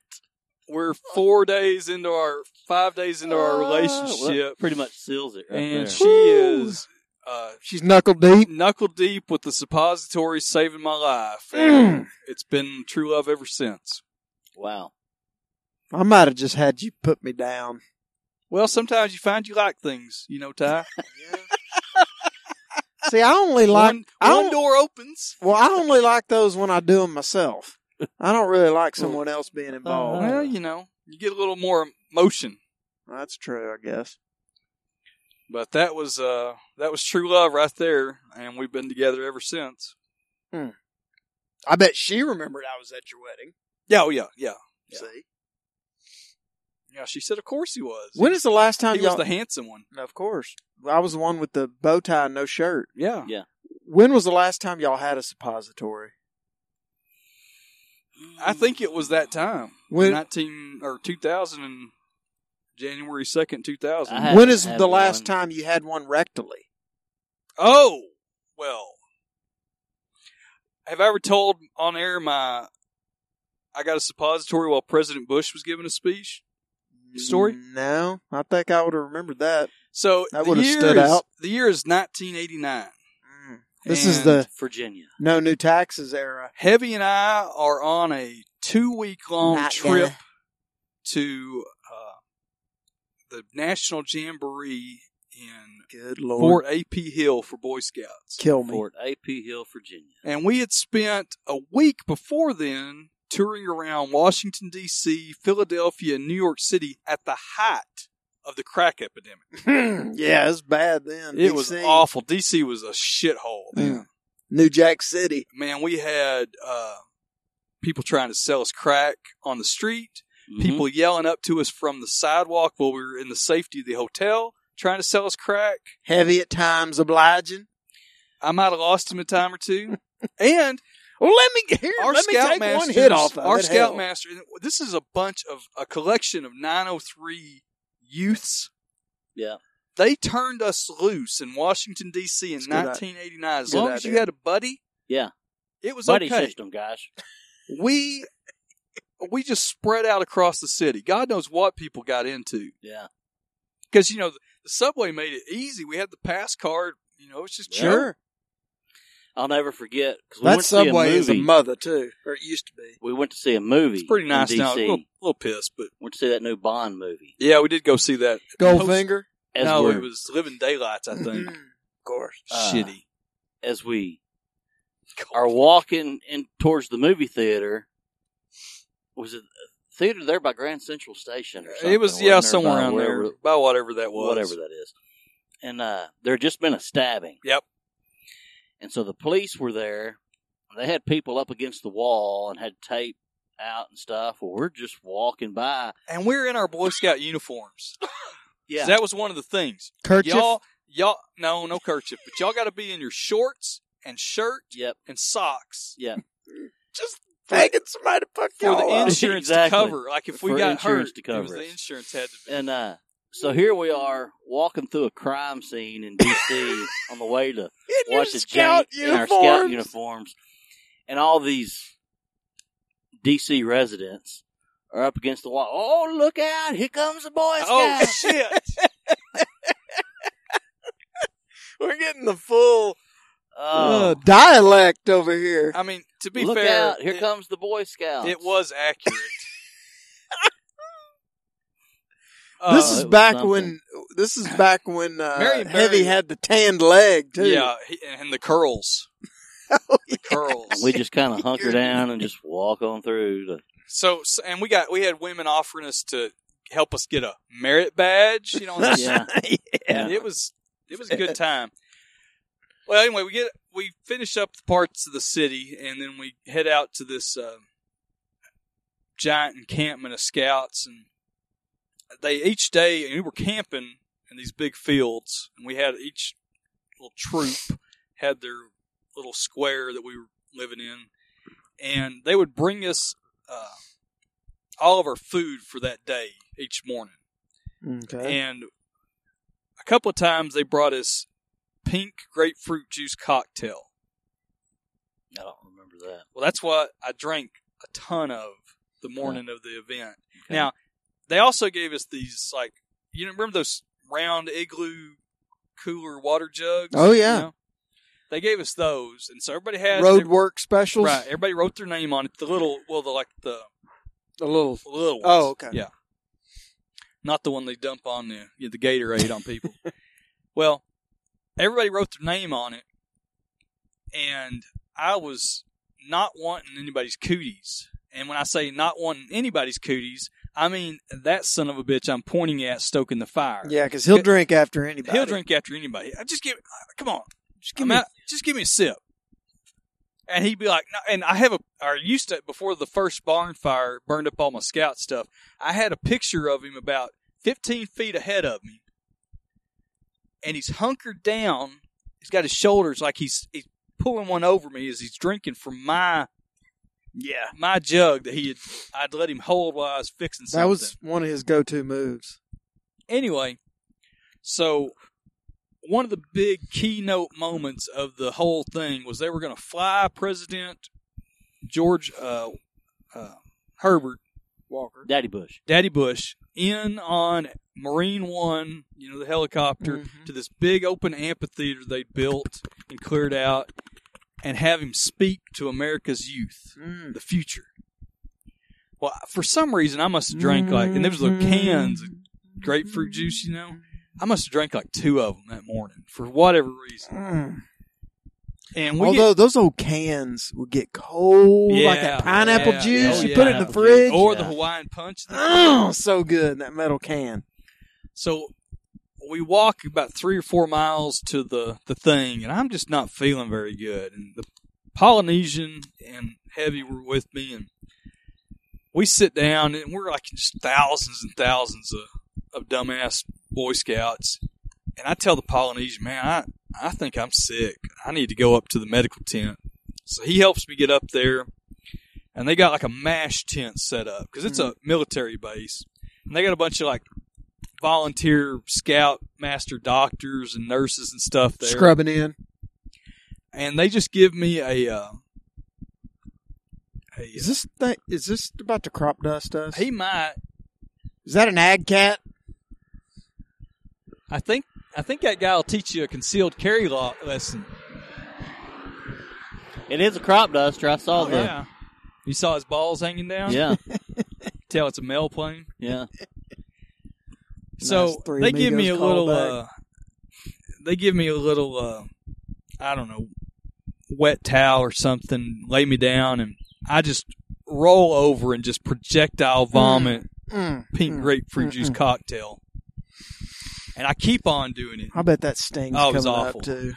Speaker 11: We're four days into our five days into our
Speaker 12: Uh, well, that
Speaker 11: relationship,
Speaker 12: pretty much seals it right
Speaker 11: and
Speaker 12: there.
Speaker 11: she
Speaker 10: Whew.
Speaker 11: is uh,
Speaker 10: She's knuckle deep.
Speaker 11: knuckle deep with the suppository, saving my life.
Speaker 10: Mm.
Speaker 11: And It's been true love ever since.
Speaker 12: wow.
Speaker 10: I might have just had you put me down.
Speaker 11: Well, sometimes you find you like things, you know, Ty.
Speaker 10: See, I only like
Speaker 11: one,
Speaker 10: I
Speaker 11: one
Speaker 10: don't-
Speaker 11: door opens.
Speaker 10: well, I only like those when I do them myself.
Speaker 11: Uh-huh.
Speaker 10: I don't really like someone else being involved.
Speaker 11: Well, you know, you get a little more emotion.
Speaker 10: That's true, I guess.
Speaker 11: But that was uh that was true love right there, and we've been together ever since.
Speaker 10: Hmm. I bet she remembered I was at your wedding.
Speaker 11: Yeah, oh yeah, yeah.
Speaker 10: See,
Speaker 11: Yeah, she said of course he was.
Speaker 10: when is the last time
Speaker 11: he
Speaker 10: y'all?
Speaker 11: was the handsome one.
Speaker 10: No, of course, I was the one with the bow tie and no shirt.
Speaker 11: Yeah.
Speaker 12: Yeah.
Speaker 10: When was the last time y'all had a suppository?
Speaker 11: I think it was that time.
Speaker 10: When-
Speaker 11: nineteen or two thousand and January second, two thousand.
Speaker 12: I had-
Speaker 10: when is
Speaker 12: had
Speaker 10: the last
Speaker 12: one.
Speaker 10: time you had one rectally?
Speaker 11: Oh, well. Have I ever told on air my I got a suppository while President Bush was giving a speech story?
Speaker 10: No, I think I would have remembered that.
Speaker 11: So
Speaker 10: That
Speaker 11: the
Speaker 10: would've
Speaker 11: year
Speaker 10: stood
Speaker 11: is,
Speaker 10: out.
Speaker 11: The year is 1989.
Speaker 10: This is
Speaker 11: And
Speaker 10: the
Speaker 12: Virginia.
Speaker 10: no new taxes era.
Speaker 11: Heavy and I are on a two week long
Speaker 10: Not
Speaker 11: trip
Speaker 10: gonna.
Speaker 11: to uh, the National Jamboree in
Speaker 10: Good lord,
Speaker 11: Fort AP Hill for Boy Scouts.
Speaker 10: kill me.
Speaker 12: Fort AP Hill, Virginia.
Speaker 11: And we had spent a week before then touring around Washington, D.C., Philadelphia, and New York City at the height of the crack epidemic.
Speaker 10: yeah, it's bad then.
Speaker 11: It was
Speaker 10: DC.
Speaker 11: awful. D.C. was a shithole. Man.
Speaker 10: New Jack City.
Speaker 11: man, we had uh, people trying to sell us crack on the street,
Speaker 12: Mhm.
Speaker 10: Mm-hmm.
Speaker 11: people yelling up to us from the sidewalk while we were in the safety of the hotel trying to sell us crack.
Speaker 10: Heavy at times, obliging.
Speaker 11: I might have lost him a time or two. and
Speaker 10: Well, let me here,
Speaker 11: our
Speaker 10: let me
Speaker 11: scout
Speaker 10: take one
Speaker 11: master,
Speaker 10: hit off of
Speaker 11: our
Speaker 10: it, hell.
Speaker 11: scout master. and This is a bunch of a collection of 903 youths.
Speaker 12: Yeah.
Speaker 11: They turned us loose in Washington D.C. in
Speaker 10: It's a good idea.
Speaker 11: 1989. As
Speaker 10: Good
Speaker 11: long as you
Speaker 10: idea.
Speaker 11: had a buddy,
Speaker 12: Yeah.
Speaker 11: it was
Speaker 12: Buddy
Speaker 11: okay.
Speaker 12: system, guys.
Speaker 11: We we just spread out across the city. God knows what people got into
Speaker 12: Yeah.
Speaker 11: because you know the, the subway made it easy. We had the pass card. You know, it's just chill.
Speaker 10: Sure,
Speaker 12: I'll never forget. 'cause we
Speaker 10: that
Speaker 12: went to see
Speaker 10: subway
Speaker 12: a
Speaker 10: is a
Speaker 12: movie.
Speaker 10: mother too, Oh, or it used to be.
Speaker 12: we went to see a movie.
Speaker 11: It's pretty
Speaker 12: in
Speaker 11: nice
Speaker 12: DC.
Speaker 11: now. A little, little pissed, but
Speaker 12: Went to see that new Bond movie.
Speaker 11: yeah, we did go see that.
Speaker 10: Goldfinger,
Speaker 12: As
Speaker 11: no,
Speaker 12: we're,
Speaker 11: it was Living Daylights, I think.
Speaker 10: Mm-hmm. of course.
Speaker 12: Uh,
Speaker 11: Shitty.
Speaker 12: as we are walking in towards the movie theater. Was it a theater there by Grand Central Station? Or something,
Speaker 11: Uh, It was
Speaker 12: wasn't
Speaker 11: yeah,
Speaker 12: there?
Speaker 11: somewhere
Speaker 12: By
Speaker 11: around
Speaker 12: wherever-
Speaker 11: there, by whatever that was.
Speaker 12: whatever that is. And uh, there had just been a stabbing.
Speaker 11: Yep.
Speaker 12: And so the police were there. They had people up against the wall and had tape out and stuff. Well, we're just walking by.
Speaker 11: And we're in our Boy Scout uniforms.
Speaker 12: Yeah.
Speaker 11: that was one of the things.
Speaker 10: Kerchief.
Speaker 11: Y'all, y'all, no, no kerchief, but y'all got to be in your shorts and shirt
Speaker 12: yep.
Speaker 11: and socks
Speaker 12: Yep.
Speaker 10: just begging somebody to fuck
Speaker 11: for the
Speaker 10: y'all up.
Speaker 11: insurance
Speaker 12: Exactly.
Speaker 11: to cover. Like if we
Speaker 12: For
Speaker 11: got
Speaker 12: insurance
Speaker 11: hurt,
Speaker 12: to cover
Speaker 11: it was the
Speaker 12: us.
Speaker 11: insurance had to. Be.
Speaker 12: And uh, so here we are walking through a crime scene in D.C. on the way to
Speaker 10: In your
Speaker 12: watch the
Speaker 10: scout
Speaker 12: jank- in our scout
Speaker 10: uniforms.
Speaker 12: uniforms, and all these D.C. residents are up against the wall. Oh, look out! Here comes the boy scout.
Speaker 11: Oh shit!
Speaker 10: We're getting the full
Speaker 12: Oh,
Speaker 10: uh, dialect over here.
Speaker 11: I mean, to be
Speaker 12: look
Speaker 11: fair,
Speaker 12: out! Here
Speaker 11: it,
Speaker 12: comes the boy scout.
Speaker 11: it was accurate.
Speaker 10: this
Speaker 11: uh,
Speaker 12: Oh,
Speaker 10: is
Speaker 12: it was
Speaker 10: back
Speaker 12: something.
Speaker 10: when this is back when uh,
Speaker 11: Mary-
Speaker 10: Heavy
Speaker 11: Mary-
Speaker 10: had the tanned leg too.
Speaker 11: yeah, he- and the curls, the curls.
Speaker 12: Oh, We just kind of hunker down and just walk on through. To,
Speaker 11: So, so and we got we had women offering us to help us get a merit badge, you know. and
Speaker 12: yeah,
Speaker 11: and it was it was a good time. Well, anyway, we get we finish up the parts of the city, and then we head out to this uh, giant encampment of scouts, and they each day and we were camping in these big fields, and we had each little troop had their little square that we were living in, and they would bring us uh, all of our food for that day each morning.
Speaker 10: Okay.
Speaker 11: And a couple of times they brought us pink grapefruit juice cocktail.
Speaker 12: I don't remember that.
Speaker 11: Well, that's what I drank a ton of the morning of the event. Now, they also gave us these like you know, remember those round igloo cooler water jugs?
Speaker 10: Oh,
Speaker 11: you
Speaker 10: yeah.
Speaker 11: know? They gave us those, and so everybody had
Speaker 10: Road work specials.
Speaker 11: Right, everybody wrote their name on it. The little, well, the like the
Speaker 10: A little.
Speaker 11: the little. Ones.
Speaker 10: Oh, okay.
Speaker 11: Yeah, not the one they dump on the yeah, the Gatorade on people. well, everybody wrote their name on it, and I was not wanting anybody's cooties. And when I say not wanting anybody's cooties, I mean, that son of a bitch I'm pointing at stoking the fire.
Speaker 10: Yeah, because he'll drink after anybody.
Speaker 11: He'll drink after anybody. I just give, uh, come on, just give me, just give me a sip. And he'd be like, no, and I have a, or used to before the first barn fire burned up all my scout stuff. I had a picture of him about 15 feet ahead of me, and he's hunkered down. He's got his shoulders like he's he's pulling one over me as he's drinking from my. Yeah, my jug that he had, I'd let him hold while I was fixing something.
Speaker 10: That was one of his go-to moves.
Speaker 11: anyway, so one of the big keynote moments of the whole thing was they were going to fly President George uh, uh, Herbert Walker,
Speaker 12: Daddy Bush.
Speaker 11: Daddy Bush, in on Marine One, you know, the helicopter, to this big open amphitheater they built and cleared out, and have him speak to America's youth, the future. Well, for some reason, I must have drank like, and there was little cans of grapefruit juice, you know. I must have drank like two of them that morning for whatever reason. And we
Speaker 10: Although those old cans would get cold, like
Speaker 11: Yeah,
Speaker 10: that pineapple
Speaker 11: yeah,
Speaker 10: juice
Speaker 11: oh,
Speaker 10: you
Speaker 11: yeah.
Speaker 10: put it in the
Speaker 11: Pineapple juice.
Speaker 10: fridge.
Speaker 11: Or the Hawaiian punch.
Speaker 10: Oh, so good in that metal can.
Speaker 11: So we walk about three or four miles to the, the thing, and I'm just not feeling very good. And the Polynesian and Heavy were with me, and we sit down, and we're like just thousands and thousands of, of dumbass Boy Scouts. And I tell the Polynesian, man, I, I think I'm sick. I need to go up to the medical tent. So he helps me get up there, and they got like a mash tent set up because it's a military base. And they got a bunch of like volunteer scout master doctors and nurses and stuff there
Speaker 10: Scrubbing in.
Speaker 11: and they just give me a uh,
Speaker 10: Is this thing, is this about to crop dust us?
Speaker 11: He might.
Speaker 10: Is that an ag cat?
Speaker 11: I think I think that guy will teach you a concealed carry law lesson.
Speaker 12: It is a crop duster. I saw
Speaker 11: Oh,
Speaker 12: the.
Speaker 11: yeah. You saw his balls hanging down.
Speaker 12: Yeah.
Speaker 11: tell it's a mail plane.
Speaker 12: Yeah.
Speaker 11: So
Speaker 12: Nice Three
Speaker 11: they give me a
Speaker 12: Amigos
Speaker 11: little. Uh,
Speaker 12: callback.
Speaker 11: they give me a little. Uh, I don't know, wet towel or something. Lay me down, and I just roll over and just projectile vomit
Speaker 10: Mm,
Speaker 11: pink grapefruit juice cocktail. And I keep on doing it.
Speaker 10: I bet that stings
Speaker 11: Oh, it was
Speaker 10: coming
Speaker 11: awful.
Speaker 10: up too.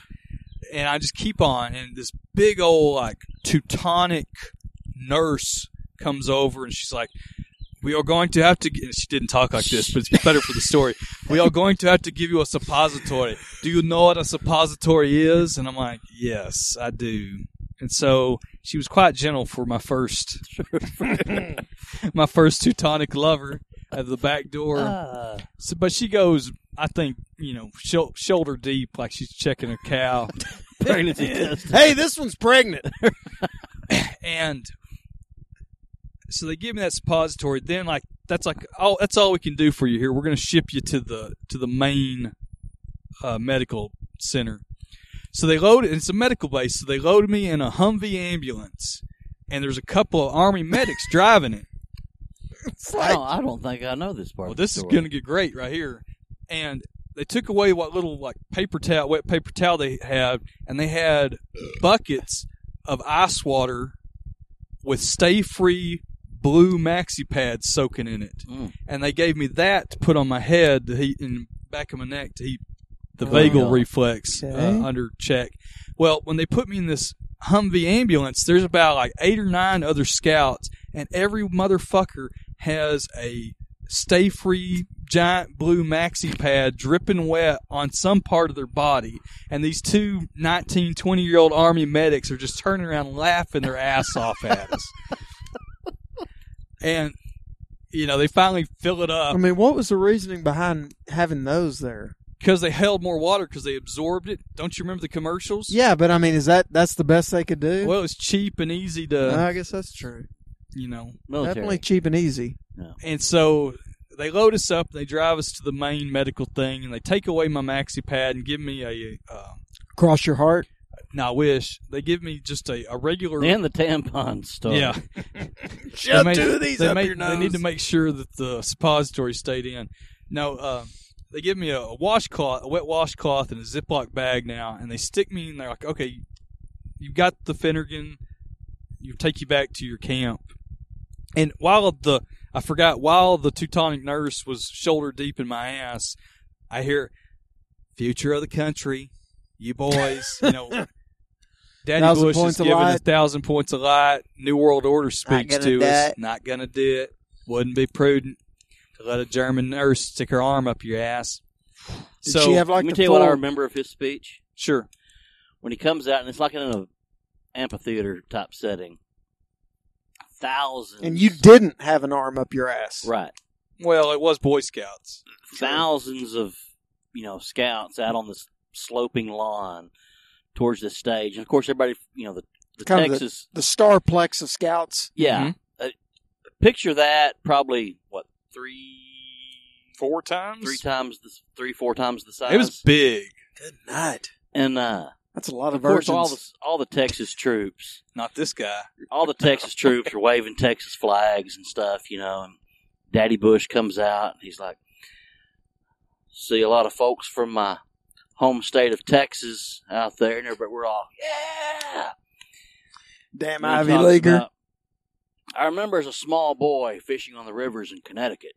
Speaker 11: and I just keep on. And this big old like Teutonic nurse comes over, and she's like, "We are going to have to." Get, she didn't talk like this, but it's better for the story. We are going to have to give you a suppository. Do you know what a suppository is? And I'm like, "Yes, I do." And so she was quite gentle for my first, my first Teutonic lover at the back door.
Speaker 12: Ah.
Speaker 11: So, but she goes, I think you know, shou- shoulder deep, like she's checking a cow.
Speaker 12: Pregnancy test.
Speaker 10: Hey, this one's pregnant.
Speaker 11: and so they give me that suppository. Then like that's like oh that's all we can do for you here. We're going to ship you to the to the main uh, medical center. So they loaded. It's a medical base. So they loaded me in a Humvee ambulance, and there's a couple of army medics driving it.
Speaker 12: I, don't, I don't think I know this part.
Speaker 11: Well,
Speaker 12: of the
Speaker 11: this is
Speaker 12: story.
Speaker 11: going to get great right here. And they took away what little like paper towel, wet paper towel they had, and they had buckets of ice water with Stay Free blue maxi pads soaking in it.
Speaker 12: Mm.
Speaker 11: And they gave me that to put on my head to heat and back of my neck to heat the
Speaker 12: Oh.
Speaker 11: vagal reflex
Speaker 12: Okay.
Speaker 11: uh, under check. Well, when they put me in this Humvee ambulance, there's about like eight or nine other scouts, and every motherfucker has a stay free giant blue maxi pad dripping wet on some part of their body. And these two 19, 20 year old Army medics are just turning around laughing their ass off at us. And, you know, they finally fill it up.
Speaker 10: I mean, what was the reasoning behind having those there?
Speaker 11: because they held more water because they absorbed it. Don't you remember the commercials?
Speaker 10: Yeah, but I mean, is that that's the best they could do?
Speaker 11: Well, uh, it's cheap and easy to.
Speaker 10: I guess that's true.
Speaker 11: You know,
Speaker 10: Definitely cheap and easy.
Speaker 11: And so they load us up. They drive us to the main medical thing, and they take away my maxi pad and give me a. Uh,
Speaker 10: Cross your heart.
Speaker 11: now, I wish they give me just a, a regular
Speaker 12: And the tampon stuff.
Speaker 11: Yeah,
Speaker 12: Shove
Speaker 11: They
Speaker 12: two of these
Speaker 11: they
Speaker 12: up
Speaker 11: make-
Speaker 12: your
Speaker 11: They need to
Speaker 12: nose.
Speaker 11: make sure that the suppository stayed in. No, uh, they give me a, a washcloth, a wet washcloth, and a Ziploc bag now, and they stick me in. They're like, okay, you've got the Finnegan. You take you back to your camp, and while the I forgot while the Teutonic nurse was shoulder deep in my ass, I hear future of the country, you boys, you know. Daddy
Speaker 13: Thousand
Speaker 11: Bush is
Speaker 13: points a
Speaker 11: giving
Speaker 13: lot.
Speaker 11: a thousand points a lot. New World Order speaks
Speaker 13: gonna
Speaker 11: to
Speaker 13: do
Speaker 11: us.
Speaker 13: it.
Speaker 11: Not gonna do it. Wouldn't be prudent to let a German nurse stick her arm up your ass. So
Speaker 12: let me tell you what I remember of his speech.
Speaker 11: Sure.
Speaker 12: When he comes out, and it's like in an amphitheater type setting, thousands
Speaker 10: And you didn't have an arm up your ass.
Speaker 12: Right.
Speaker 11: Well, it was Boy Scouts.
Speaker 12: thousands of you know scouts out on this sloping lawn towards the stage, and of course everybody you know the the
Speaker 10: Kind of
Speaker 12: Texas
Speaker 10: the, the starplex of scouts.
Speaker 12: yeah. Uh, picture that probably what three
Speaker 11: four times
Speaker 12: three times the, three four times the size.
Speaker 11: It was big.
Speaker 10: Good night.
Speaker 12: and uh,
Speaker 10: That's a lot
Speaker 12: of
Speaker 10: of
Speaker 12: course
Speaker 10: virgins.
Speaker 12: all the all the Texas troops,
Speaker 11: not this guy,
Speaker 12: all the Texas troops are waving Texas flags and stuff, you know, and Daddy Bush comes out and he's like, see a lot of folks from my home state of Texas out there, and everybody, we're all, yeah.
Speaker 10: Damn
Speaker 12: And he
Speaker 10: Ivy
Speaker 12: talks
Speaker 10: Leaguer.
Speaker 12: about, I remember as a small boy fishing on the rivers in Connecticut.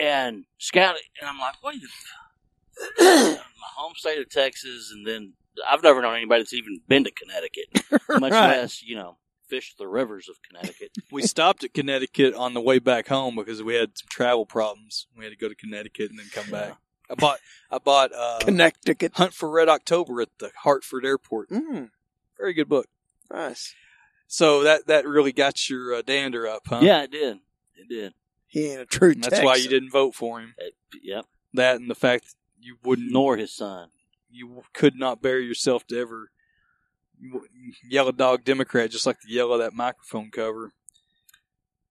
Speaker 12: and scouting, and I'm like, what are you? my home state of Texas, and then I've never known anybody that's even been to Connecticut, much
Speaker 11: Right.
Speaker 12: less, you know, fish the rivers of Connecticut.
Speaker 11: we stopped at Connecticut on the way back home because we had some travel problems. We had to go to Connecticut and then come back. I bought I bought uh,
Speaker 10: Connecticut
Speaker 11: Hunt for Red October at the Hartford Airport.
Speaker 10: Mm.
Speaker 11: Very good book.
Speaker 10: Nice.
Speaker 11: So that that really got your uh, dander up, huh?
Speaker 12: Yeah, it did. It did.
Speaker 10: He ain't a true
Speaker 11: And That's why you didn't vote for him.
Speaker 12: yep.
Speaker 11: That and the fact that you wouldn't
Speaker 12: nor his son.
Speaker 11: You could not bear yourself to ever yellow dog Democrat, just like the yellow of that microphone cover.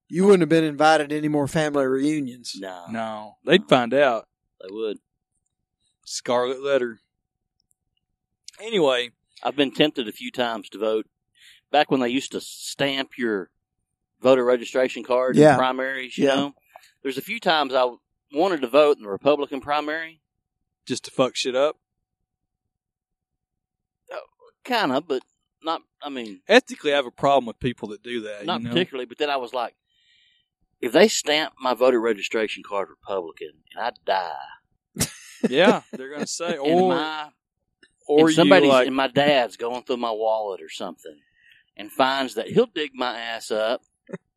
Speaker 10: You wouldn't have been invited to any more family reunions.
Speaker 12: No.
Speaker 11: No, they'd find out.
Speaker 12: They would.
Speaker 11: Scarlet letter. Anyway,
Speaker 12: I've been tempted a few times to vote. Back when they used to stamp your voter registration card
Speaker 10: Yeah.
Speaker 12: in primaries, you
Speaker 10: Yeah.
Speaker 12: know, there's a few times I wanted to vote in the Republican primary,
Speaker 11: Just to fuck shit up.
Speaker 12: kind of, but not. I mean,
Speaker 11: Ethically, I have a problem with people that do that.
Speaker 12: not
Speaker 11: Uh, you know?
Speaker 12: particularly. But then I was like, if they stamp my voter registration card Republican and I die,
Speaker 11: Yeah, they're gonna say
Speaker 12: and
Speaker 11: or
Speaker 12: my
Speaker 11: or
Speaker 12: and somebody's
Speaker 11: you like
Speaker 12: and my dad's going through my wallet or something and finds that he'll dig my ass up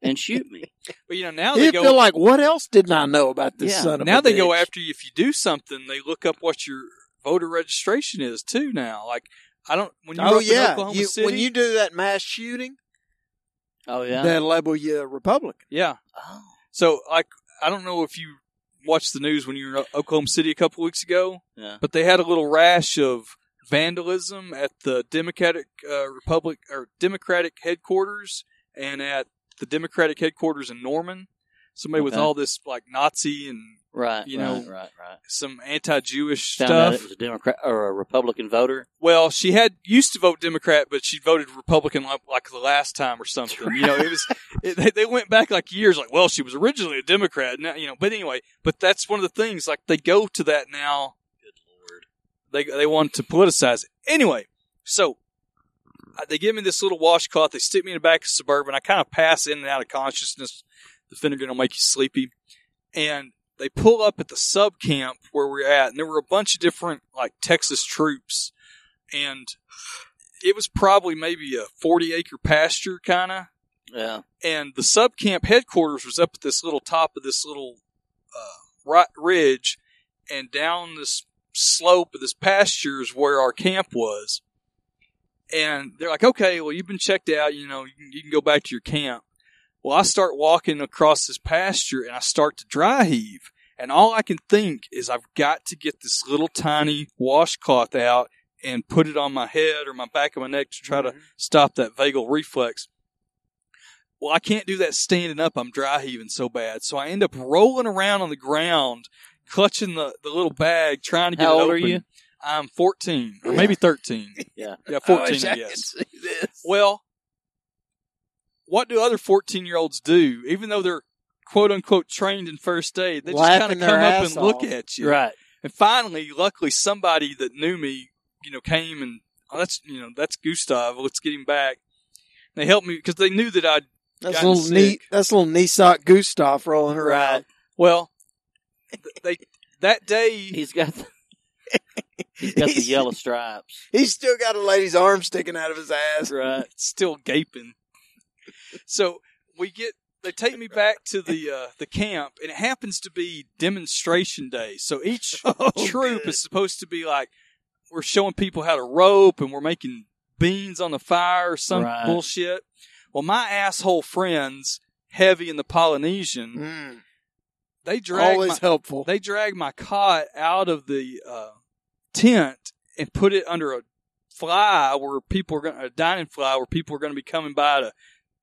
Speaker 12: and shoot me.
Speaker 11: But you know now
Speaker 10: He'd
Speaker 11: they go
Speaker 10: feel like, what else didn't I know about this son of
Speaker 11: now
Speaker 10: a
Speaker 11: they
Speaker 10: bitch?
Speaker 11: go after you if you do something. They look up what your voter registration is too. Now, like I don't when you
Speaker 10: oh
Speaker 11: up in
Speaker 10: yeah,
Speaker 11: Oklahoma
Speaker 10: You-
Speaker 11: City,
Speaker 10: when you do that mass shooting,
Speaker 12: Oh yeah,
Speaker 10: they label you a Republican.
Speaker 11: yeah.
Speaker 10: Oh.
Speaker 11: So like I don't know if you watched the news when you were in O- Oklahoma City a couple weeks ago,
Speaker 12: Yeah.
Speaker 11: but they had a little rash of vandalism at the Democratic uh, Republic or Democratic headquarters and at the Democratic headquarters in Norman. Somebody with
Speaker 12: Okay.
Speaker 11: all this like Nazi and
Speaker 12: Right,
Speaker 11: you know
Speaker 12: right, right, right.
Speaker 11: some anti-Jewish
Speaker 12: Found out
Speaker 11: stuff.
Speaker 12: it was a Democrat or a Republican voter.
Speaker 11: Well, she had used to vote Democrat, but she voted Republican like, like the last time or something. You know, it was it, they, they went back like years. Like, well, she was originally a Democrat, now, you know. But anyway, but that's one of the things. Like they go to that now. Good lord, they they want to politicize it. Anyway, so uh, they give me this little washcloth. They stick me in the back of suburban. I kind of pass in and out of consciousness. The vinegar will make you sleepy, and they pull up at the sub camp where we're at, and there were a bunch of different like Texas troops, and it was probably maybe a forty acre pasture kind of,
Speaker 12: Yeah,
Speaker 11: and the sub camp headquarters was up at this little top of this little uh, right ridge, and down this slope of this pasture is where our camp was. And they're like, okay, well, you've been checked out. You know, you can, you can go back to your camp. Well, I start walking across this pasture and I start to dry heave. And all I can think is I've got to get this little tiny washcloth out and put it on my head or my back of my neck to try to
Speaker 12: Mm-hmm.
Speaker 11: stop that vagal reflex. Well, I can't do that standing up. I'm dry heaving so bad. So I end up rolling around on the ground, clutching the, the little bag, trying to get
Speaker 12: How
Speaker 11: it
Speaker 12: old are
Speaker 11: open.
Speaker 12: you?
Speaker 11: I'm 14, or maybe 13.
Speaker 12: yeah,
Speaker 11: Yeah,
Speaker 10: Oh,
Speaker 11: 14, I,
Speaker 12: I
Speaker 11: guess. Well, what do other 14 year olds do? Even though they're quote unquote trained in first aid, they just kind
Speaker 10: Laughing
Speaker 11: of
Speaker 10: their
Speaker 11: come up
Speaker 10: ass
Speaker 11: and look
Speaker 10: off.
Speaker 11: at you.
Speaker 12: Right.
Speaker 11: And finally, luckily, somebody that knew me, you know, came and, oh, that's, you know, that's Gustav. Let's get him back. They helped me because they knew that I'd
Speaker 10: That's
Speaker 11: gotten
Speaker 10: little knee,
Speaker 11: sick.
Speaker 10: that's little knee sock Gustav rolling around.
Speaker 11: Well, they that day he's
Speaker 12: got the, he's got the yellow stripes.
Speaker 10: He's still got a lady's arm sticking out of his ass.
Speaker 12: Right.
Speaker 11: still gaping. So we get they take me back to the uh, the camp, and it happens to be demonstration day. So each troop is supposed to be like we're showing people how to rope, and we're making beans on the fire or some
Speaker 12: Right.
Speaker 11: bullshit. Well, my asshole friends, heavy in the Polynesian, they drag
Speaker 10: Always
Speaker 11: my,
Speaker 10: helpful.
Speaker 11: They drag my cot out of the uh, tent and put it under a fly where people are going to a dining fly where people are going to be coming by to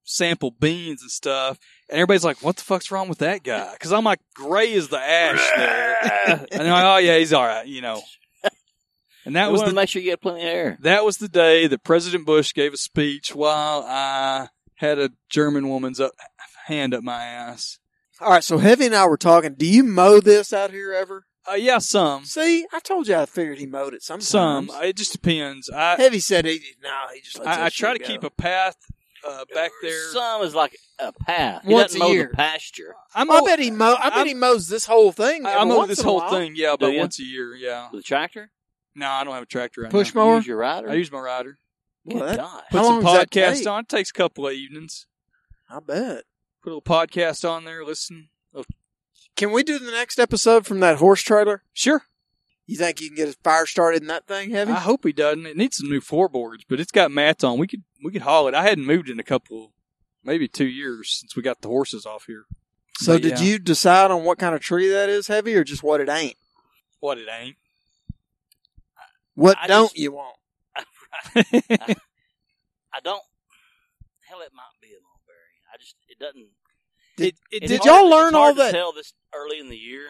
Speaker 11: sample beans and stuff. And everybody's like, "What the fuck's wrong with that guy?" Because I'm like, gray as the ash there, and they're like, "Oh yeah, he's all right," you know. And that
Speaker 12: We
Speaker 11: was
Speaker 12: wanna
Speaker 11: the
Speaker 12: make sure you get plenty of air.
Speaker 11: that was the day that President Bush gave a speech while I had a German woman's up, hand up my ass.
Speaker 10: All right, so Heavy and I were talking. Do you mow this out here ever?
Speaker 11: Uh, yeah, some,
Speaker 10: See, I told you I figured he mowed it sometimes.
Speaker 11: some. It just depends. I,
Speaker 10: Heavy said he no, he just lets
Speaker 11: I,
Speaker 10: that
Speaker 11: I try to
Speaker 10: shit go.
Speaker 11: keep a path uh, back there.
Speaker 12: Some is like a path. He
Speaker 10: Once
Speaker 12: doesn't
Speaker 10: a
Speaker 12: mow
Speaker 10: year.
Speaker 12: the pasture.
Speaker 11: I'm
Speaker 10: I bet he mow. I bet he mows this whole thing.
Speaker 11: I-
Speaker 10: every
Speaker 11: I'm over
Speaker 10: once
Speaker 11: this
Speaker 10: in a
Speaker 11: whole
Speaker 10: while.
Speaker 11: thing, yeah, about
Speaker 12: Do ya?
Speaker 11: once a year, yeah.
Speaker 12: With a tractor?
Speaker 11: No, I don't have a tractor right
Speaker 10: Push
Speaker 11: now.
Speaker 10: mower?
Speaker 12: Use your rider?
Speaker 11: I use my rider.
Speaker 10: Well,
Speaker 12: Good
Speaker 10: that-
Speaker 12: God.
Speaker 11: Put
Speaker 10: How
Speaker 11: some
Speaker 10: long does that
Speaker 11: podcast
Speaker 10: take?
Speaker 11: on. It takes a couple of evenings.
Speaker 10: I bet.
Speaker 11: Put a little podcast on there, listen. Oh,
Speaker 10: Can we do the next episode from that horse trailer?
Speaker 11: sure.
Speaker 10: You think you can get a fire started in that thing, Heavy?
Speaker 11: I hope he doesn't. It needs some new floorboards, but it's got mats on. We could we could haul it. I hadn't moved in a couple, maybe two years since we got the horses off here.
Speaker 10: so,
Speaker 11: But
Speaker 10: did
Speaker 11: yeah.
Speaker 10: you decide on what kind of tree that is, Heavy, or just what it ain't?
Speaker 11: What it ain't.
Speaker 10: What
Speaker 12: I
Speaker 10: don't
Speaker 12: just-
Speaker 10: you want?
Speaker 12: I don't. Hell, it might be a mulberry. I just it doesn't.
Speaker 10: Did,
Speaker 11: it
Speaker 12: it's
Speaker 10: did
Speaker 12: hard-
Speaker 10: y'all learn
Speaker 12: it's
Speaker 10: all
Speaker 12: hard to
Speaker 10: that?
Speaker 12: Tell this early in the year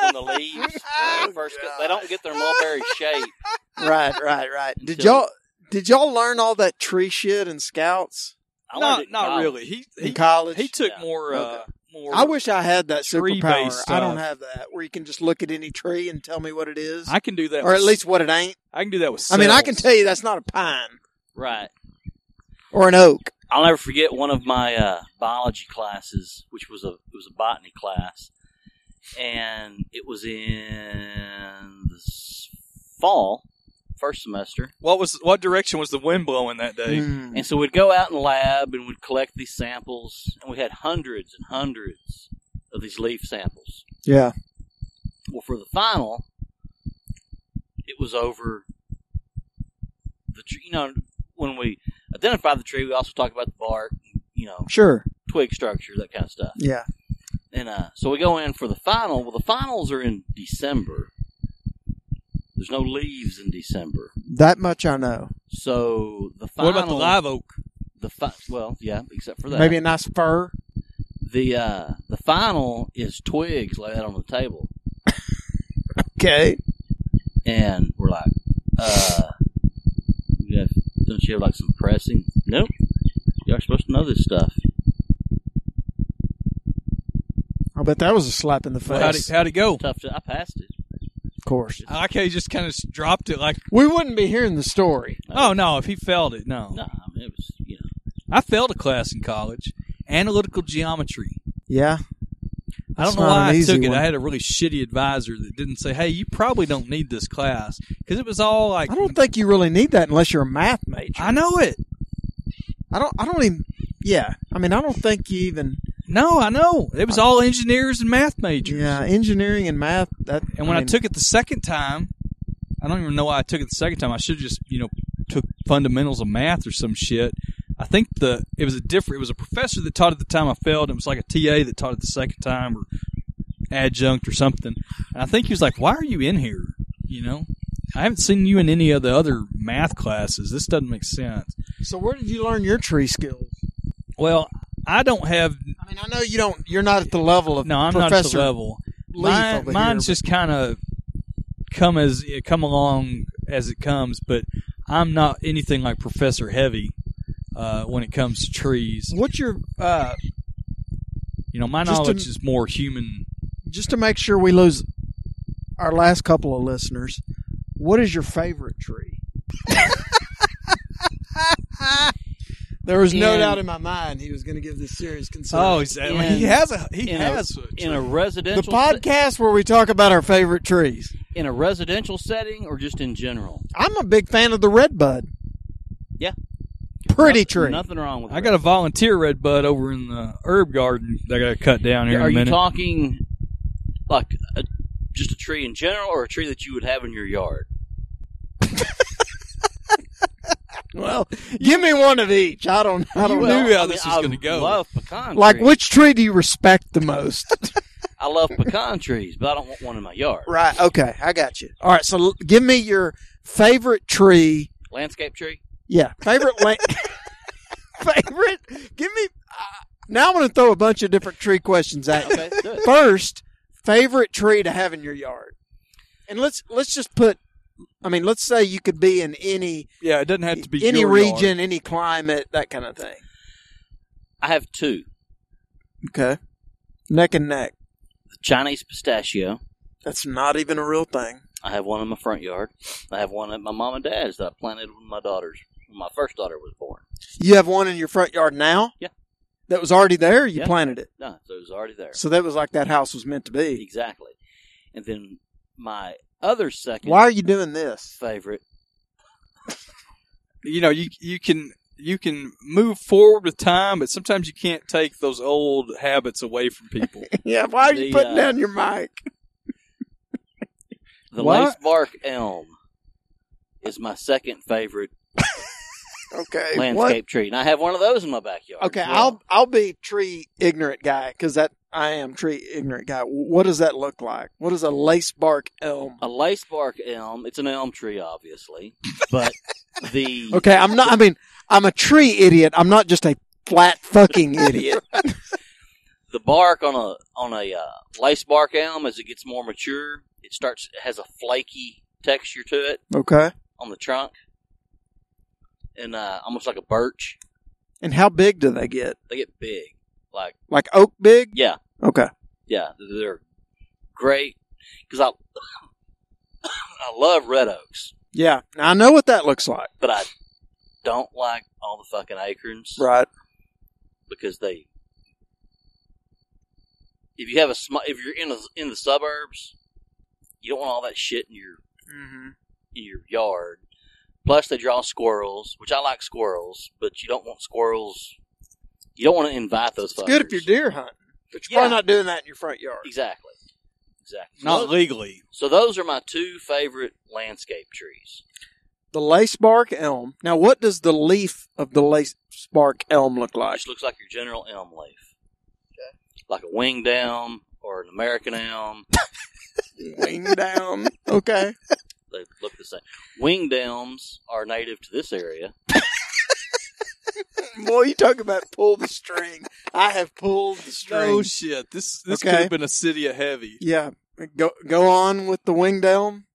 Speaker 12: when the leaves uh, first get, they don't get their mulberry shape.
Speaker 10: right, right, right. Did
Speaker 12: Until-
Speaker 10: y'all did y'all learn all that tree shit in scouts
Speaker 12: I
Speaker 11: not
Speaker 12: learned it in
Speaker 11: not
Speaker 12: college.
Speaker 11: really. He
Speaker 10: in
Speaker 11: he,
Speaker 10: college?
Speaker 11: he took
Speaker 12: Yeah.
Speaker 11: more uh, more.
Speaker 10: I wish I had that
Speaker 11: Tree-based
Speaker 10: superpower. I don't
Speaker 11: stuff.
Speaker 10: have that, where you can just look at any tree and tell me what it is,
Speaker 11: I can do that,
Speaker 10: or at
Speaker 11: with-
Speaker 10: least what it ain't.
Speaker 11: I can do that with.
Speaker 10: I mean, I can
Speaker 11: cells.
Speaker 10: tell you that's not a pine
Speaker 12: Right.
Speaker 10: or an oak.
Speaker 12: I'll never forget one of my uh, biology classes, which was a it was a botany class, and it was in the s- fall, first semester.
Speaker 11: What was what direction was the wind blowing that day?
Speaker 10: Mm.
Speaker 12: And so we'd go out in the lab and we'd collect these samples, and we had hundreds and hundreds of these leaf samples.
Speaker 10: Yeah.
Speaker 12: Well, for the final, it was over the tree. You know, when we identify the tree, we also talk about the bark, you know,
Speaker 10: Sure.
Speaker 12: twig structure, that kind of stuff.
Speaker 10: Yeah.
Speaker 12: And uh, so we go in for the final. Well, the finals are in December. There's no leaves in December,
Speaker 10: That much I know.
Speaker 12: so the final.
Speaker 11: What about the live oak?
Speaker 12: The fi- well, yeah, except for that.
Speaker 10: Maybe a nice fir.
Speaker 12: the uh, the final is twigs laid out on the table,
Speaker 10: Okay.
Speaker 12: and we're like, uh, we have- don't you have like some pressing? Nope. You're supposed to know this stuff.
Speaker 10: I bet that was a slap in the face.
Speaker 11: How'd it, how'd it go?
Speaker 12: Tough. To, I passed it.
Speaker 10: of course.
Speaker 11: I like how he just kind of dropped it like,
Speaker 10: We wouldn't be hearing the story.
Speaker 11: oh no, if he failed it, no.
Speaker 12: No, I mean, it was you know.
Speaker 11: I failed a class in college, analytical geometry.
Speaker 10: Yeah.
Speaker 11: I don't
Speaker 10: It's
Speaker 11: know
Speaker 10: not
Speaker 11: why
Speaker 10: an
Speaker 11: I
Speaker 10: easy
Speaker 11: took it.
Speaker 10: one.
Speaker 11: I had a really shitty advisor that didn't say, "Hey, you probably don't need this class," because it was all like,
Speaker 10: I don't think you really need that unless you're a math major.
Speaker 11: I know it.
Speaker 10: I don't. I don't even. Yeah. I mean, I don't think you even.
Speaker 11: No, I know it was all engineers and math majors."
Speaker 10: Yeah. Engineering and math. That.
Speaker 11: And when I,
Speaker 10: mean,
Speaker 11: took it the second time, I don't even know why I took it the second time. I should have just, you know, took fundamentals of math or some shit. I think the it was a different. It was a professor that taught it the time I failed. And it was like a TA that taught it the second time or adjunct or something. And I think he was like, "Why are you in here? You know, I haven't seen you in any of the other math classes. This doesn't make sense."
Speaker 10: So where did you learn your tree skills?
Speaker 11: Well, I don't have
Speaker 10: I mean, I know you don't. You're not at the level of
Speaker 11: no. I'm not at
Speaker 10: Professor
Speaker 11: the level.
Speaker 10: Leaf
Speaker 11: Mine-
Speaker 10: over
Speaker 11: mine's
Speaker 10: here,
Speaker 11: just kind of come as it come along as it comes, but I'm not anything like Professor Heavy uh, when it comes to trees.
Speaker 10: but What's your? Uh,
Speaker 11: You know, my
Speaker 10: Just to-
Speaker 11: knowledge is more human.
Speaker 10: just to make sure we lose our last couple of listeners. What is your favorite tree? There was no
Speaker 12: And-
Speaker 10: doubt in my mind he was going to give this serious concern.
Speaker 11: Oh, he's- I mean, he has a- he
Speaker 12: in
Speaker 11: has
Speaker 12: a,
Speaker 11: a
Speaker 12: in a
Speaker 11: tree.
Speaker 10: the
Speaker 12: residential se-
Speaker 10: podcast where we talk about our favorite trees.
Speaker 12: in a residential setting or just in general.
Speaker 10: I'm a big fan of the red bud.
Speaker 12: Yeah.
Speaker 10: Pretty
Speaker 12: Nothing-
Speaker 10: tree.
Speaker 12: Nothing wrong with.
Speaker 11: I got a volunteer red bud over in the herb garden that I got to cut down here
Speaker 12: Are
Speaker 11: in a
Speaker 12: you
Speaker 11: minute.
Speaker 12: talking like a, just a tree in general, or a tree that you would have in your yard?
Speaker 10: Well, give me one of each. I don't. I don't
Speaker 11: You
Speaker 10: know.
Speaker 11: knew how
Speaker 12: I
Speaker 11: this
Speaker 12: mean,
Speaker 11: was
Speaker 12: I
Speaker 11: going to go.
Speaker 12: Love pecan.
Speaker 10: Like
Speaker 12: trees.
Speaker 10: which tree do you respect the most?
Speaker 12: I love pecan trees, but I don't want one in my yard.
Speaker 10: right. Okay, I got you. All right. So l- give me your favorite tree.
Speaker 12: Landscape tree.
Speaker 10: Yeah, favorite la- favorite. Give me. Uh, now I'm going to throw a bunch of different tree questions at you.
Speaker 12: Okay, do it.
Speaker 10: First, favorite tree to have in your yard, and let's let's just put. I mean, let's say you could be in any
Speaker 11: Yeah, it doesn't have to be
Speaker 10: any
Speaker 11: your yard.
Speaker 10: region, any climate, that kind of thing.
Speaker 12: I have two:
Speaker 10: Okay, neck and neck.
Speaker 12: the Chinese pistachio.
Speaker 10: That's not even a real thing.
Speaker 12: I have one in my front yard. I have one at my mom and dad's that I planted when my daughters, when my first daughter was born.
Speaker 10: You have one in your front yard now.
Speaker 12: Yeah.
Speaker 10: that was already there. You
Speaker 12: Yeah.
Speaker 10: planted it,
Speaker 12: No, so it was already there.
Speaker 10: so that was like that house was meant to be.
Speaker 12: Exactly. And then my other second
Speaker 10: Why are you doing this?
Speaker 12: favorite.
Speaker 11: you know, you you can you can move forward with time, but sometimes you can't take those old habits away from people.
Speaker 10: Yeah, why are you
Speaker 12: The,
Speaker 10: putting
Speaker 12: uh,
Speaker 10: down your mic?
Speaker 12: The
Speaker 11: What?
Speaker 12: lacebark elm is my second favorite
Speaker 10: Okay,
Speaker 12: landscape
Speaker 10: what-
Speaker 12: tree, and I have one of those in my backyard.
Speaker 10: Okay,
Speaker 12: as well.
Speaker 10: I'll I'll be tree ignorant guy because that I am tree ignorant guy. What does that look like? What is a lace bark elm?
Speaker 12: a lacebark elm. It's an elm tree, obviously, but the
Speaker 10: Okay, I'm not. I mean, I'm a tree idiot. I'm not just a flat fucking idiot.
Speaker 12: the bark on a on a uh, lacebark elm as it gets more mature, it starts it has a flaky texture to it
Speaker 10: Okay,
Speaker 12: on the trunk, and uh, almost like a birch.
Speaker 10: and how big do they get?
Speaker 12: They get big, like
Speaker 10: Like oak big?
Speaker 12: yeah,
Speaker 10: Okay,
Speaker 12: yeah, they're great because I I love red oaks,
Speaker 10: yeah. Now I know what that looks like.
Speaker 12: but I don't like all the fucking acorns
Speaker 10: Right.
Speaker 12: because they. If you have a sm- if you're in a, in the suburbs, you don't want all that shit in your
Speaker 10: Mm-hmm.
Speaker 12: in your yard. Plus, they draw squirrels, which I like squirrels, but you don't want squirrels. You don't want to invite those. It's
Speaker 10: Good if you're deer hunting, but you're
Speaker 12: Yeah.
Speaker 10: probably not doing that in your front yard.
Speaker 12: Exactly. Exactly. So
Speaker 11: Not
Speaker 12: those-
Speaker 11: legally.
Speaker 12: So those are my two favorite landscape trees.
Speaker 10: The lace bark elm. Now, what does the leaf of the lace bark elm look like?
Speaker 12: Just looks like your general elm leaf. Like a winged elm or an American elm.
Speaker 10: Wing down. Okay.
Speaker 12: They look the same. Winged elms are native to this area.
Speaker 10: Boy, you talk about pull the string. I have pulled the string.
Speaker 11: Oh shit! This this
Speaker 10: Okay.
Speaker 11: could have been a city of heavy.
Speaker 10: yeah, go go on with the winged elm.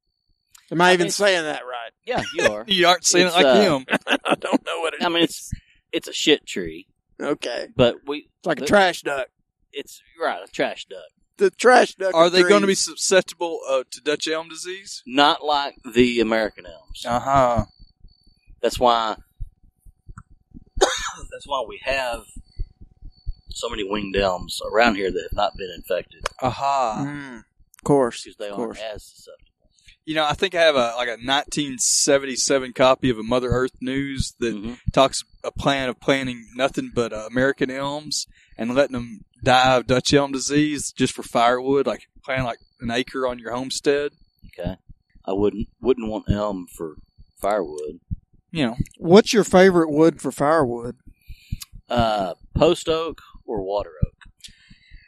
Speaker 10: Am I even
Speaker 12: mean-
Speaker 10: saying that right?
Speaker 12: Yeah, you are.
Speaker 11: You aren't saying
Speaker 12: It's,
Speaker 11: it like
Speaker 12: uh,
Speaker 11: him.
Speaker 10: I don't know what it
Speaker 12: I mean, it's it's a shit tree,
Speaker 10: Okay,
Speaker 12: but we
Speaker 10: it's like a
Speaker 12: the-
Speaker 10: trash duck.
Speaker 12: It's right a trash duck.
Speaker 10: The trash duck.
Speaker 11: Are they
Speaker 10: going
Speaker 11: going to be susceptible uh, to Dutch elm disease?
Speaker 12: Not like the American elms.
Speaker 11: Uh
Speaker 10: Uh-huh.
Speaker 11: huh.
Speaker 12: That's why. that's why we have so many winged elms around here that have not been infected
Speaker 11: Aha.
Speaker 10: Mm, of course,
Speaker 12: because they
Speaker 10: of
Speaker 12: aren't
Speaker 10: course.
Speaker 12: as susceptible.
Speaker 11: You know, I think I have a like a 1977 copy of a Mother Earth News that
Speaker 12: Mhm.
Speaker 11: talks a plan of planting nothing but uh, American elms and letting them die of Dutch elm disease just for firewood, like planting like an acre on your homestead.
Speaker 12: Okay, I wouldn't wouldn't want elm for firewood.
Speaker 11: You know,
Speaker 10: What's your favorite wood for firewood?
Speaker 12: Uh, post oak or water oak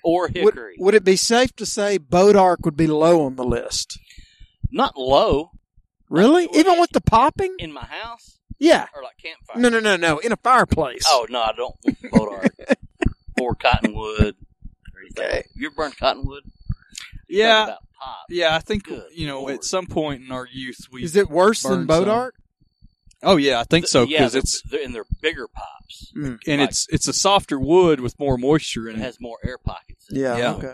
Speaker 12: or
Speaker 10: Would,
Speaker 12: hickory.
Speaker 10: would it be safe to say bodark would be low on the list?
Speaker 12: not low
Speaker 10: Really? Even with the popping?
Speaker 12: in my house
Speaker 10: Yeah.
Speaker 12: or like campfire.
Speaker 10: No, no, no, no. In a fireplace.
Speaker 12: Oh no, I don't want bodark or cottonwood or anything.
Speaker 10: Okay.
Speaker 12: You ever burned cottonwood? You
Speaker 11: Yeah.
Speaker 12: talk about pop.
Speaker 11: yeah, I think
Speaker 12: Good
Speaker 11: you know
Speaker 12: Lord.
Speaker 11: at some point in our youth we.
Speaker 10: is it worse than
Speaker 11: burned some.
Speaker 10: bodark?
Speaker 11: Oh yeah, I think so
Speaker 12: yeah,
Speaker 11: because
Speaker 12: they're-
Speaker 11: it's
Speaker 12: they're, and they're bigger pops.
Speaker 11: and
Speaker 12: like-
Speaker 11: it's it's a softer wood with more moisture
Speaker 12: It
Speaker 11: in it.
Speaker 12: has more air pockets. in it.
Speaker 10: Yeah.
Speaker 11: Yeah.
Speaker 10: Okay.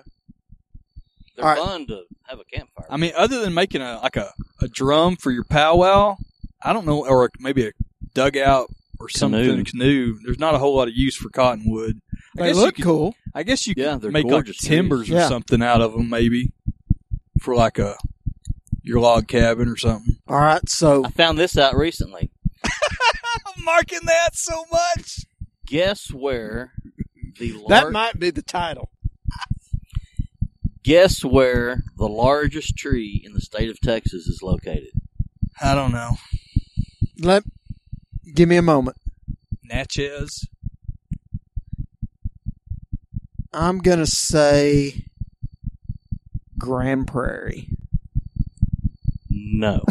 Speaker 12: They're
Speaker 10: All right.
Speaker 12: fun to have a campfire.
Speaker 11: I mean, other than making a like a, a drum for your powwow, I don't know, or maybe a dugout or something.
Speaker 12: Canoe.
Speaker 11: Canoe. There's not a whole lot of use for cottonwood. I
Speaker 10: They
Speaker 11: guess you
Speaker 10: look
Speaker 11: could-
Speaker 10: cool.
Speaker 11: I guess you
Speaker 12: Yeah,
Speaker 11: could
Speaker 12: they're
Speaker 11: make like
Speaker 12: gorgeous canoes.
Speaker 11: timbers or
Speaker 10: Yeah.
Speaker 11: something out of them, maybe for like a your log cabin or something.
Speaker 10: All right, so
Speaker 12: I found this out recently.
Speaker 11: I'm marking that so much.
Speaker 12: Guess where the lar-
Speaker 10: that might be the title.
Speaker 12: guess where the largest tree in the state of Texas is located?
Speaker 11: I don't know.
Speaker 10: Let give me a moment.
Speaker 11: Natchez.
Speaker 10: I'm gonna say Grand Prairie.
Speaker 12: No.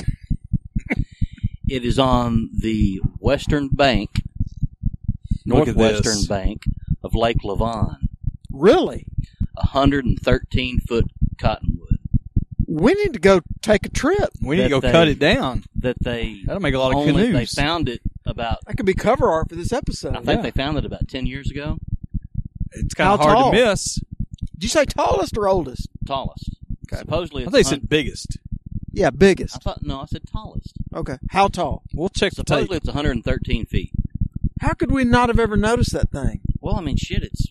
Speaker 12: it is on the western bank,
Speaker 11: Look at
Speaker 12: northwestern
Speaker 11: this.
Speaker 12: bank of Lake Levon.
Speaker 10: Really?
Speaker 12: A 113 foot cottonwood
Speaker 10: We need to go take a trip.
Speaker 11: We need to go
Speaker 12: That
Speaker 11: cut
Speaker 12: they-
Speaker 11: it down.
Speaker 12: that they
Speaker 11: That'll make a lot of
Speaker 12: only,
Speaker 11: canoes.
Speaker 12: They found it about
Speaker 10: That could be cover art for this episode.
Speaker 12: I think
Speaker 11: yeah.
Speaker 12: they found it about 10 years ago.
Speaker 11: It's kind
Speaker 10: How
Speaker 11: of hard
Speaker 10: tall?
Speaker 11: to miss.
Speaker 10: Did you say tallest or oldest?
Speaker 12: Tallest. Supposedly
Speaker 11: I
Speaker 12: it's
Speaker 11: thought you
Speaker 12: hun-
Speaker 11: said biggest.
Speaker 10: Yeah,
Speaker 12: I
Speaker 10: biggest.
Speaker 12: thought no, I said tallest.
Speaker 10: Okay. How tall?
Speaker 11: We'll check the tape.
Speaker 12: Supposedly it's 113 feet.
Speaker 10: How could we not have ever noticed that thing?
Speaker 12: Well, I mean, shit, it's.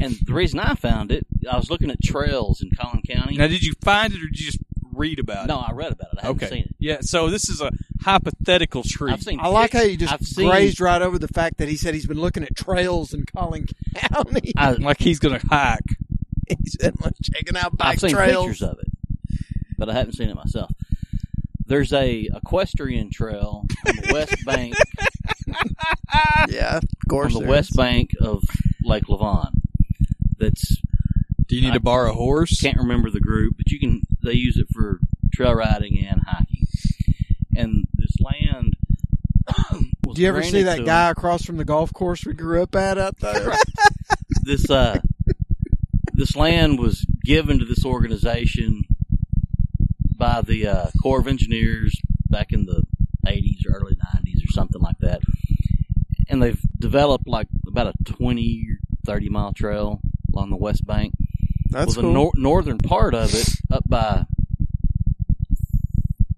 Speaker 12: And the reason I found it, I was looking at trails in Collin County.
Speaker 11: Now, did you find it or did you just read about it?
Speaker 12: no, I read about it. I haven't
Speaker 11: Okay.
Speaker 12: seen it.
Speaker 11: Yeah. So this is a hypothetical tree.
Speaker 12: I've seen.
Speaker 10: I like how
Speaker 12: pics-
Speaker 10: you just
Speaker 12: I've seen,
Speaker 10: grazed right over the fact that he said he's been looking at trails in Collin County.
Speaker 12: I,
Speaker 11: like he's gonna hike.
Speaker 10: he said, "Let's checking out
Speaker 12: I've
Speaker 10: bike
Speaker 12: seen
Speaker 10: trails.
Speaker 12: pictures of it, but I haven't seen it myself. There's a equestrian trail on the west bank
Speaker 10: Yeah, of
Speaker 12: on
Speaker 10: course.
Speaker 12: the
Speaker 10: there
Speaker 12: west
Speaker 10: is.
Speaker 12: bank of Lake Levon. That's
Speaker 11: Do you need
Speaker 12: I-
Speaker 11: to borrow a horse?
Speaker 12: can't remember the group, but you can. They use it for trail riding and hiking. And this land. was
Speaker 10: Do you ever see
Speaker 12: granted to uh,
Speaker 10: that
Speaker 12: 'em.
Speaker 10: guy across from the golf course we grew up at out there?
Speaker 12: this uh this land was given to this organization by the uh, Corps of Engineers back in the 80s or early 90s or something like that. And they've developed like about a 20 or 30 mile trail along the west bank.
Speaker 10: That's
Speaker 12: well, the nor- northern part of it up by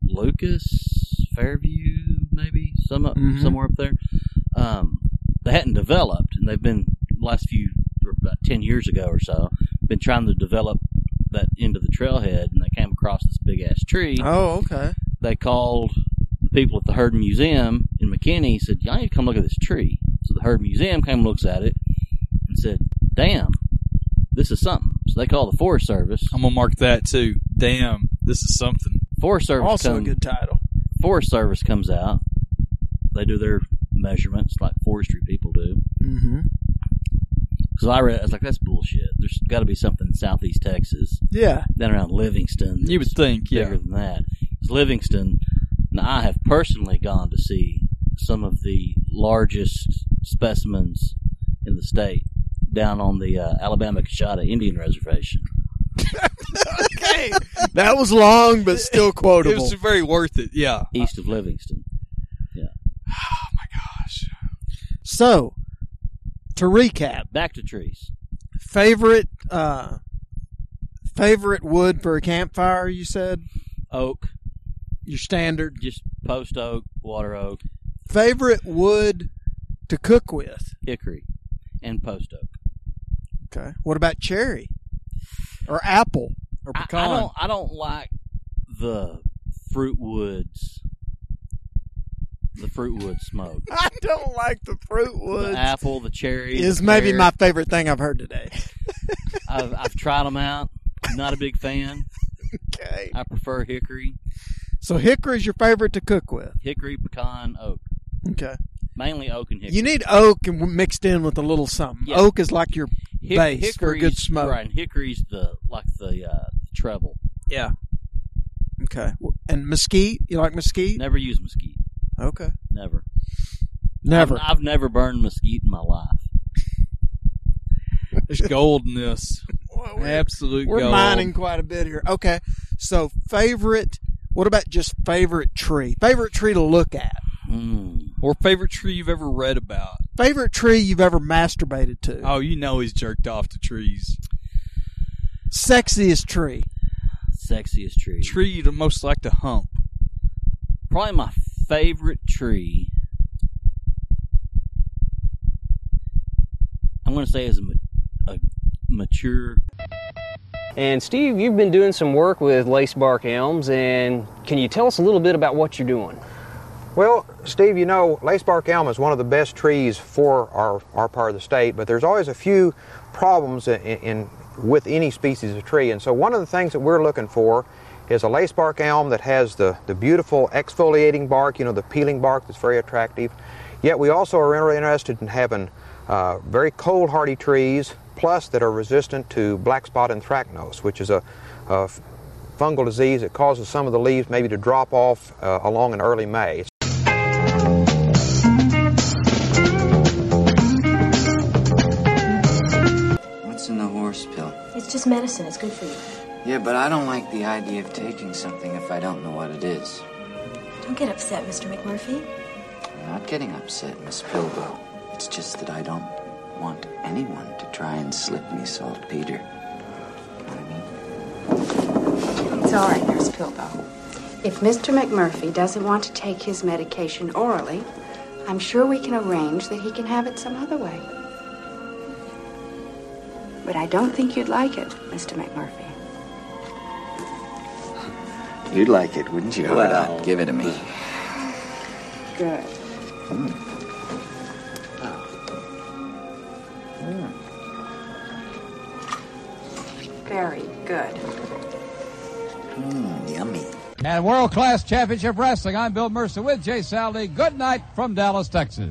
Speaker 12: Lucas, Fairview, maybe some up,
Speaker 10: Mhm.
Speaker 12: somewhere up there. Um, they hadn't developed, and they've been last few or about ten years ago or so been trying to develop that into the trailhead, and they came across this big ass tree.
Speaker 10: Oh, okay.
Speaker 12: They called the people at the Herd Museum in McKinney. Said, "Y'all need to come look at this tree." So the Herd Museum came and looks at it and said, "Damn, this is something." So they called the Forest Service.
Speaker 11: I'm gonna mark that too. Damn, this is something.
Speaker 12: Forest Service
Speaker 10: Also a
Speaker 12: comes,
Speaker 10: good title.
Speaker 12: Forest Service comes out. They do their measurements like forestry people do.
Speaker 10: Mm-hmm.
Speaker 12: Because I read, I was like, that's bullshit. There's got to be something in Southeast Texas,
Speaker 10: Yeah.
Speaker 12: down around Livingston.
Speaker 11: You would
Speaker 12: that's
Speaker 11: think,
Speaker 12: bigger
Speaker 11: yeah.
Speaker 12: than that. 'Cause Livingston. Now, I have personally gone to see some of the largest specimens in the state down on the uh, Alabama Coshada Indian Reservation.
Speaker 10: Uh, Okay. that was long, but still
Speaker 11: It
Speaker 10: quotable.
Speaker 11: was very worth it. Yeah.
Speaker 12: East of Livingston,
Speaker 10: so, to recap,
Speaker 12: back to trees.
Speaker 10: favorite uh, favorite wood for a campfire. You said
Speaker 12: Oak,
Speaker 10: your standard
Speaker 12: just post oak, water oak,
Speaker 10: favorite wood to cook with.
Speaker 12: hickory, and post oak.
Speaker 10: Okay. What about cherry or apple or
Speaker 12: I,
Speaker 10: pecan?
Speaker 12: I don't. I don't like the fruit woods. The fruit wood smoke.
Speaker 10: I don't like the fruit
Speaker 12: the
Speaker 10: woods.
Speaker 12: apple, the cherry,
Speaker 10: Is
Speaker 12: the
Speaker 10: maybe
Speaker 12: pear.
Speaker 10: my favorite thing I've heard today.
Speaker 12: I've, I've tried them out. Not a big fan.
Speaker 10: Okay.
Speaker 12: I prefer hickory,
Speaker 10: So hickory's your favorite to cook with.
Speaker 12: hickory, pecan, oak.
Speaker 10: Okay.
Speaker 12: Mainly oak and hickory.
Speaker 10: You need oak and w- mixed in with a little something.
Speaker 12: Yeah.
Speaker 10: Oak is like your
Speaker 12: Hick-
Speaker 10: base for a good
Speaker 12: hickory's-
Speaker 10: smoke.
Speaker 12: Right, and hickory's the like the uh, treble.
Speaker 11: Yeah.
Speaker 10: okay. And mesquite, you like mesquite?
Speaker 12: Never use mesquite.
Speaker 10: Okay.
Speaker 12: Never.
Speaker 10: Never.
Speaker 12: I've, I've never burned mesquite in my life.
Speaker 11: There's gold in this.
Speaker 10: Well, we're
Speaker 11: Absolute
Speaker 10: we're
Speaker 11: gold.
Speaker 10: mining quite a bit here. Okay. So favorite. What about just favorite tree? Favorite tree to look at.
Speaker 12: Mm.
Speaker 11: Or favorite tree you've ever read about.
Speaker 10: Favorite tree you've ever masturbated to.
Speaker 11: Oh, you know he's jerked off to trees.
Speaker 10: Sexiest tree.
Speaker 12: Sexiest tree.
Speaker 11: Tree you'd most like to hump.
Speaker 12: Probably my favorite tree I'm going to say as a, ma- a mature
Speaker 13: And Steve, you've been doing some work with lace bark elms, and can you tell us a little bit about what you're doing?
Speaker 7: Well, Steve, you know, lacebark elm is one of the best trees for our, our part of the state, but there's always a few problems in, in with any species of tree. And so one of the things that we're looking for is a lacebark elm that has the, the beautiful exfoliating bark, you know, the peeling bark that's very attractive. Yet we also are really interested in having uh, very cold hardy trees, plus that are resistant to black spot anthracnose, which is a, a f- fungal disease that causes some of the leaves maybe to drop off uh, along in early May.
Speaker 10: What's in the horse pill?
Speaker 4: It's just medicine. It's good for you.
Speaker 10: Yeah, but I don't like the idea of taking something if I don't know what it is.
Speaker 4: Don't get upset, Mr. McMurphy.
Speaker 10: I'm not getting upset, Miss Bilbo. It's just that I don't want anyone to try and slip me saltpeter.
Speaker 4: It's all right, Nurse Pilbo. If Mr. McMurphy doesn't want to take his medication orally, I'm sure we can arrange that he can have it some other way. But I don't think you'd like it, Mr. McMurphy.
Speaker 10: You'd like it, wouldn't you? Well, give it to me.
Speaker 4: Good. Very good.
Speaker 10: Mmm, yummy.
Speaker 11: And World Class Championship Wrestling. I'm Bill Mercer with Jay Sally. Good night from Dallas, Texas.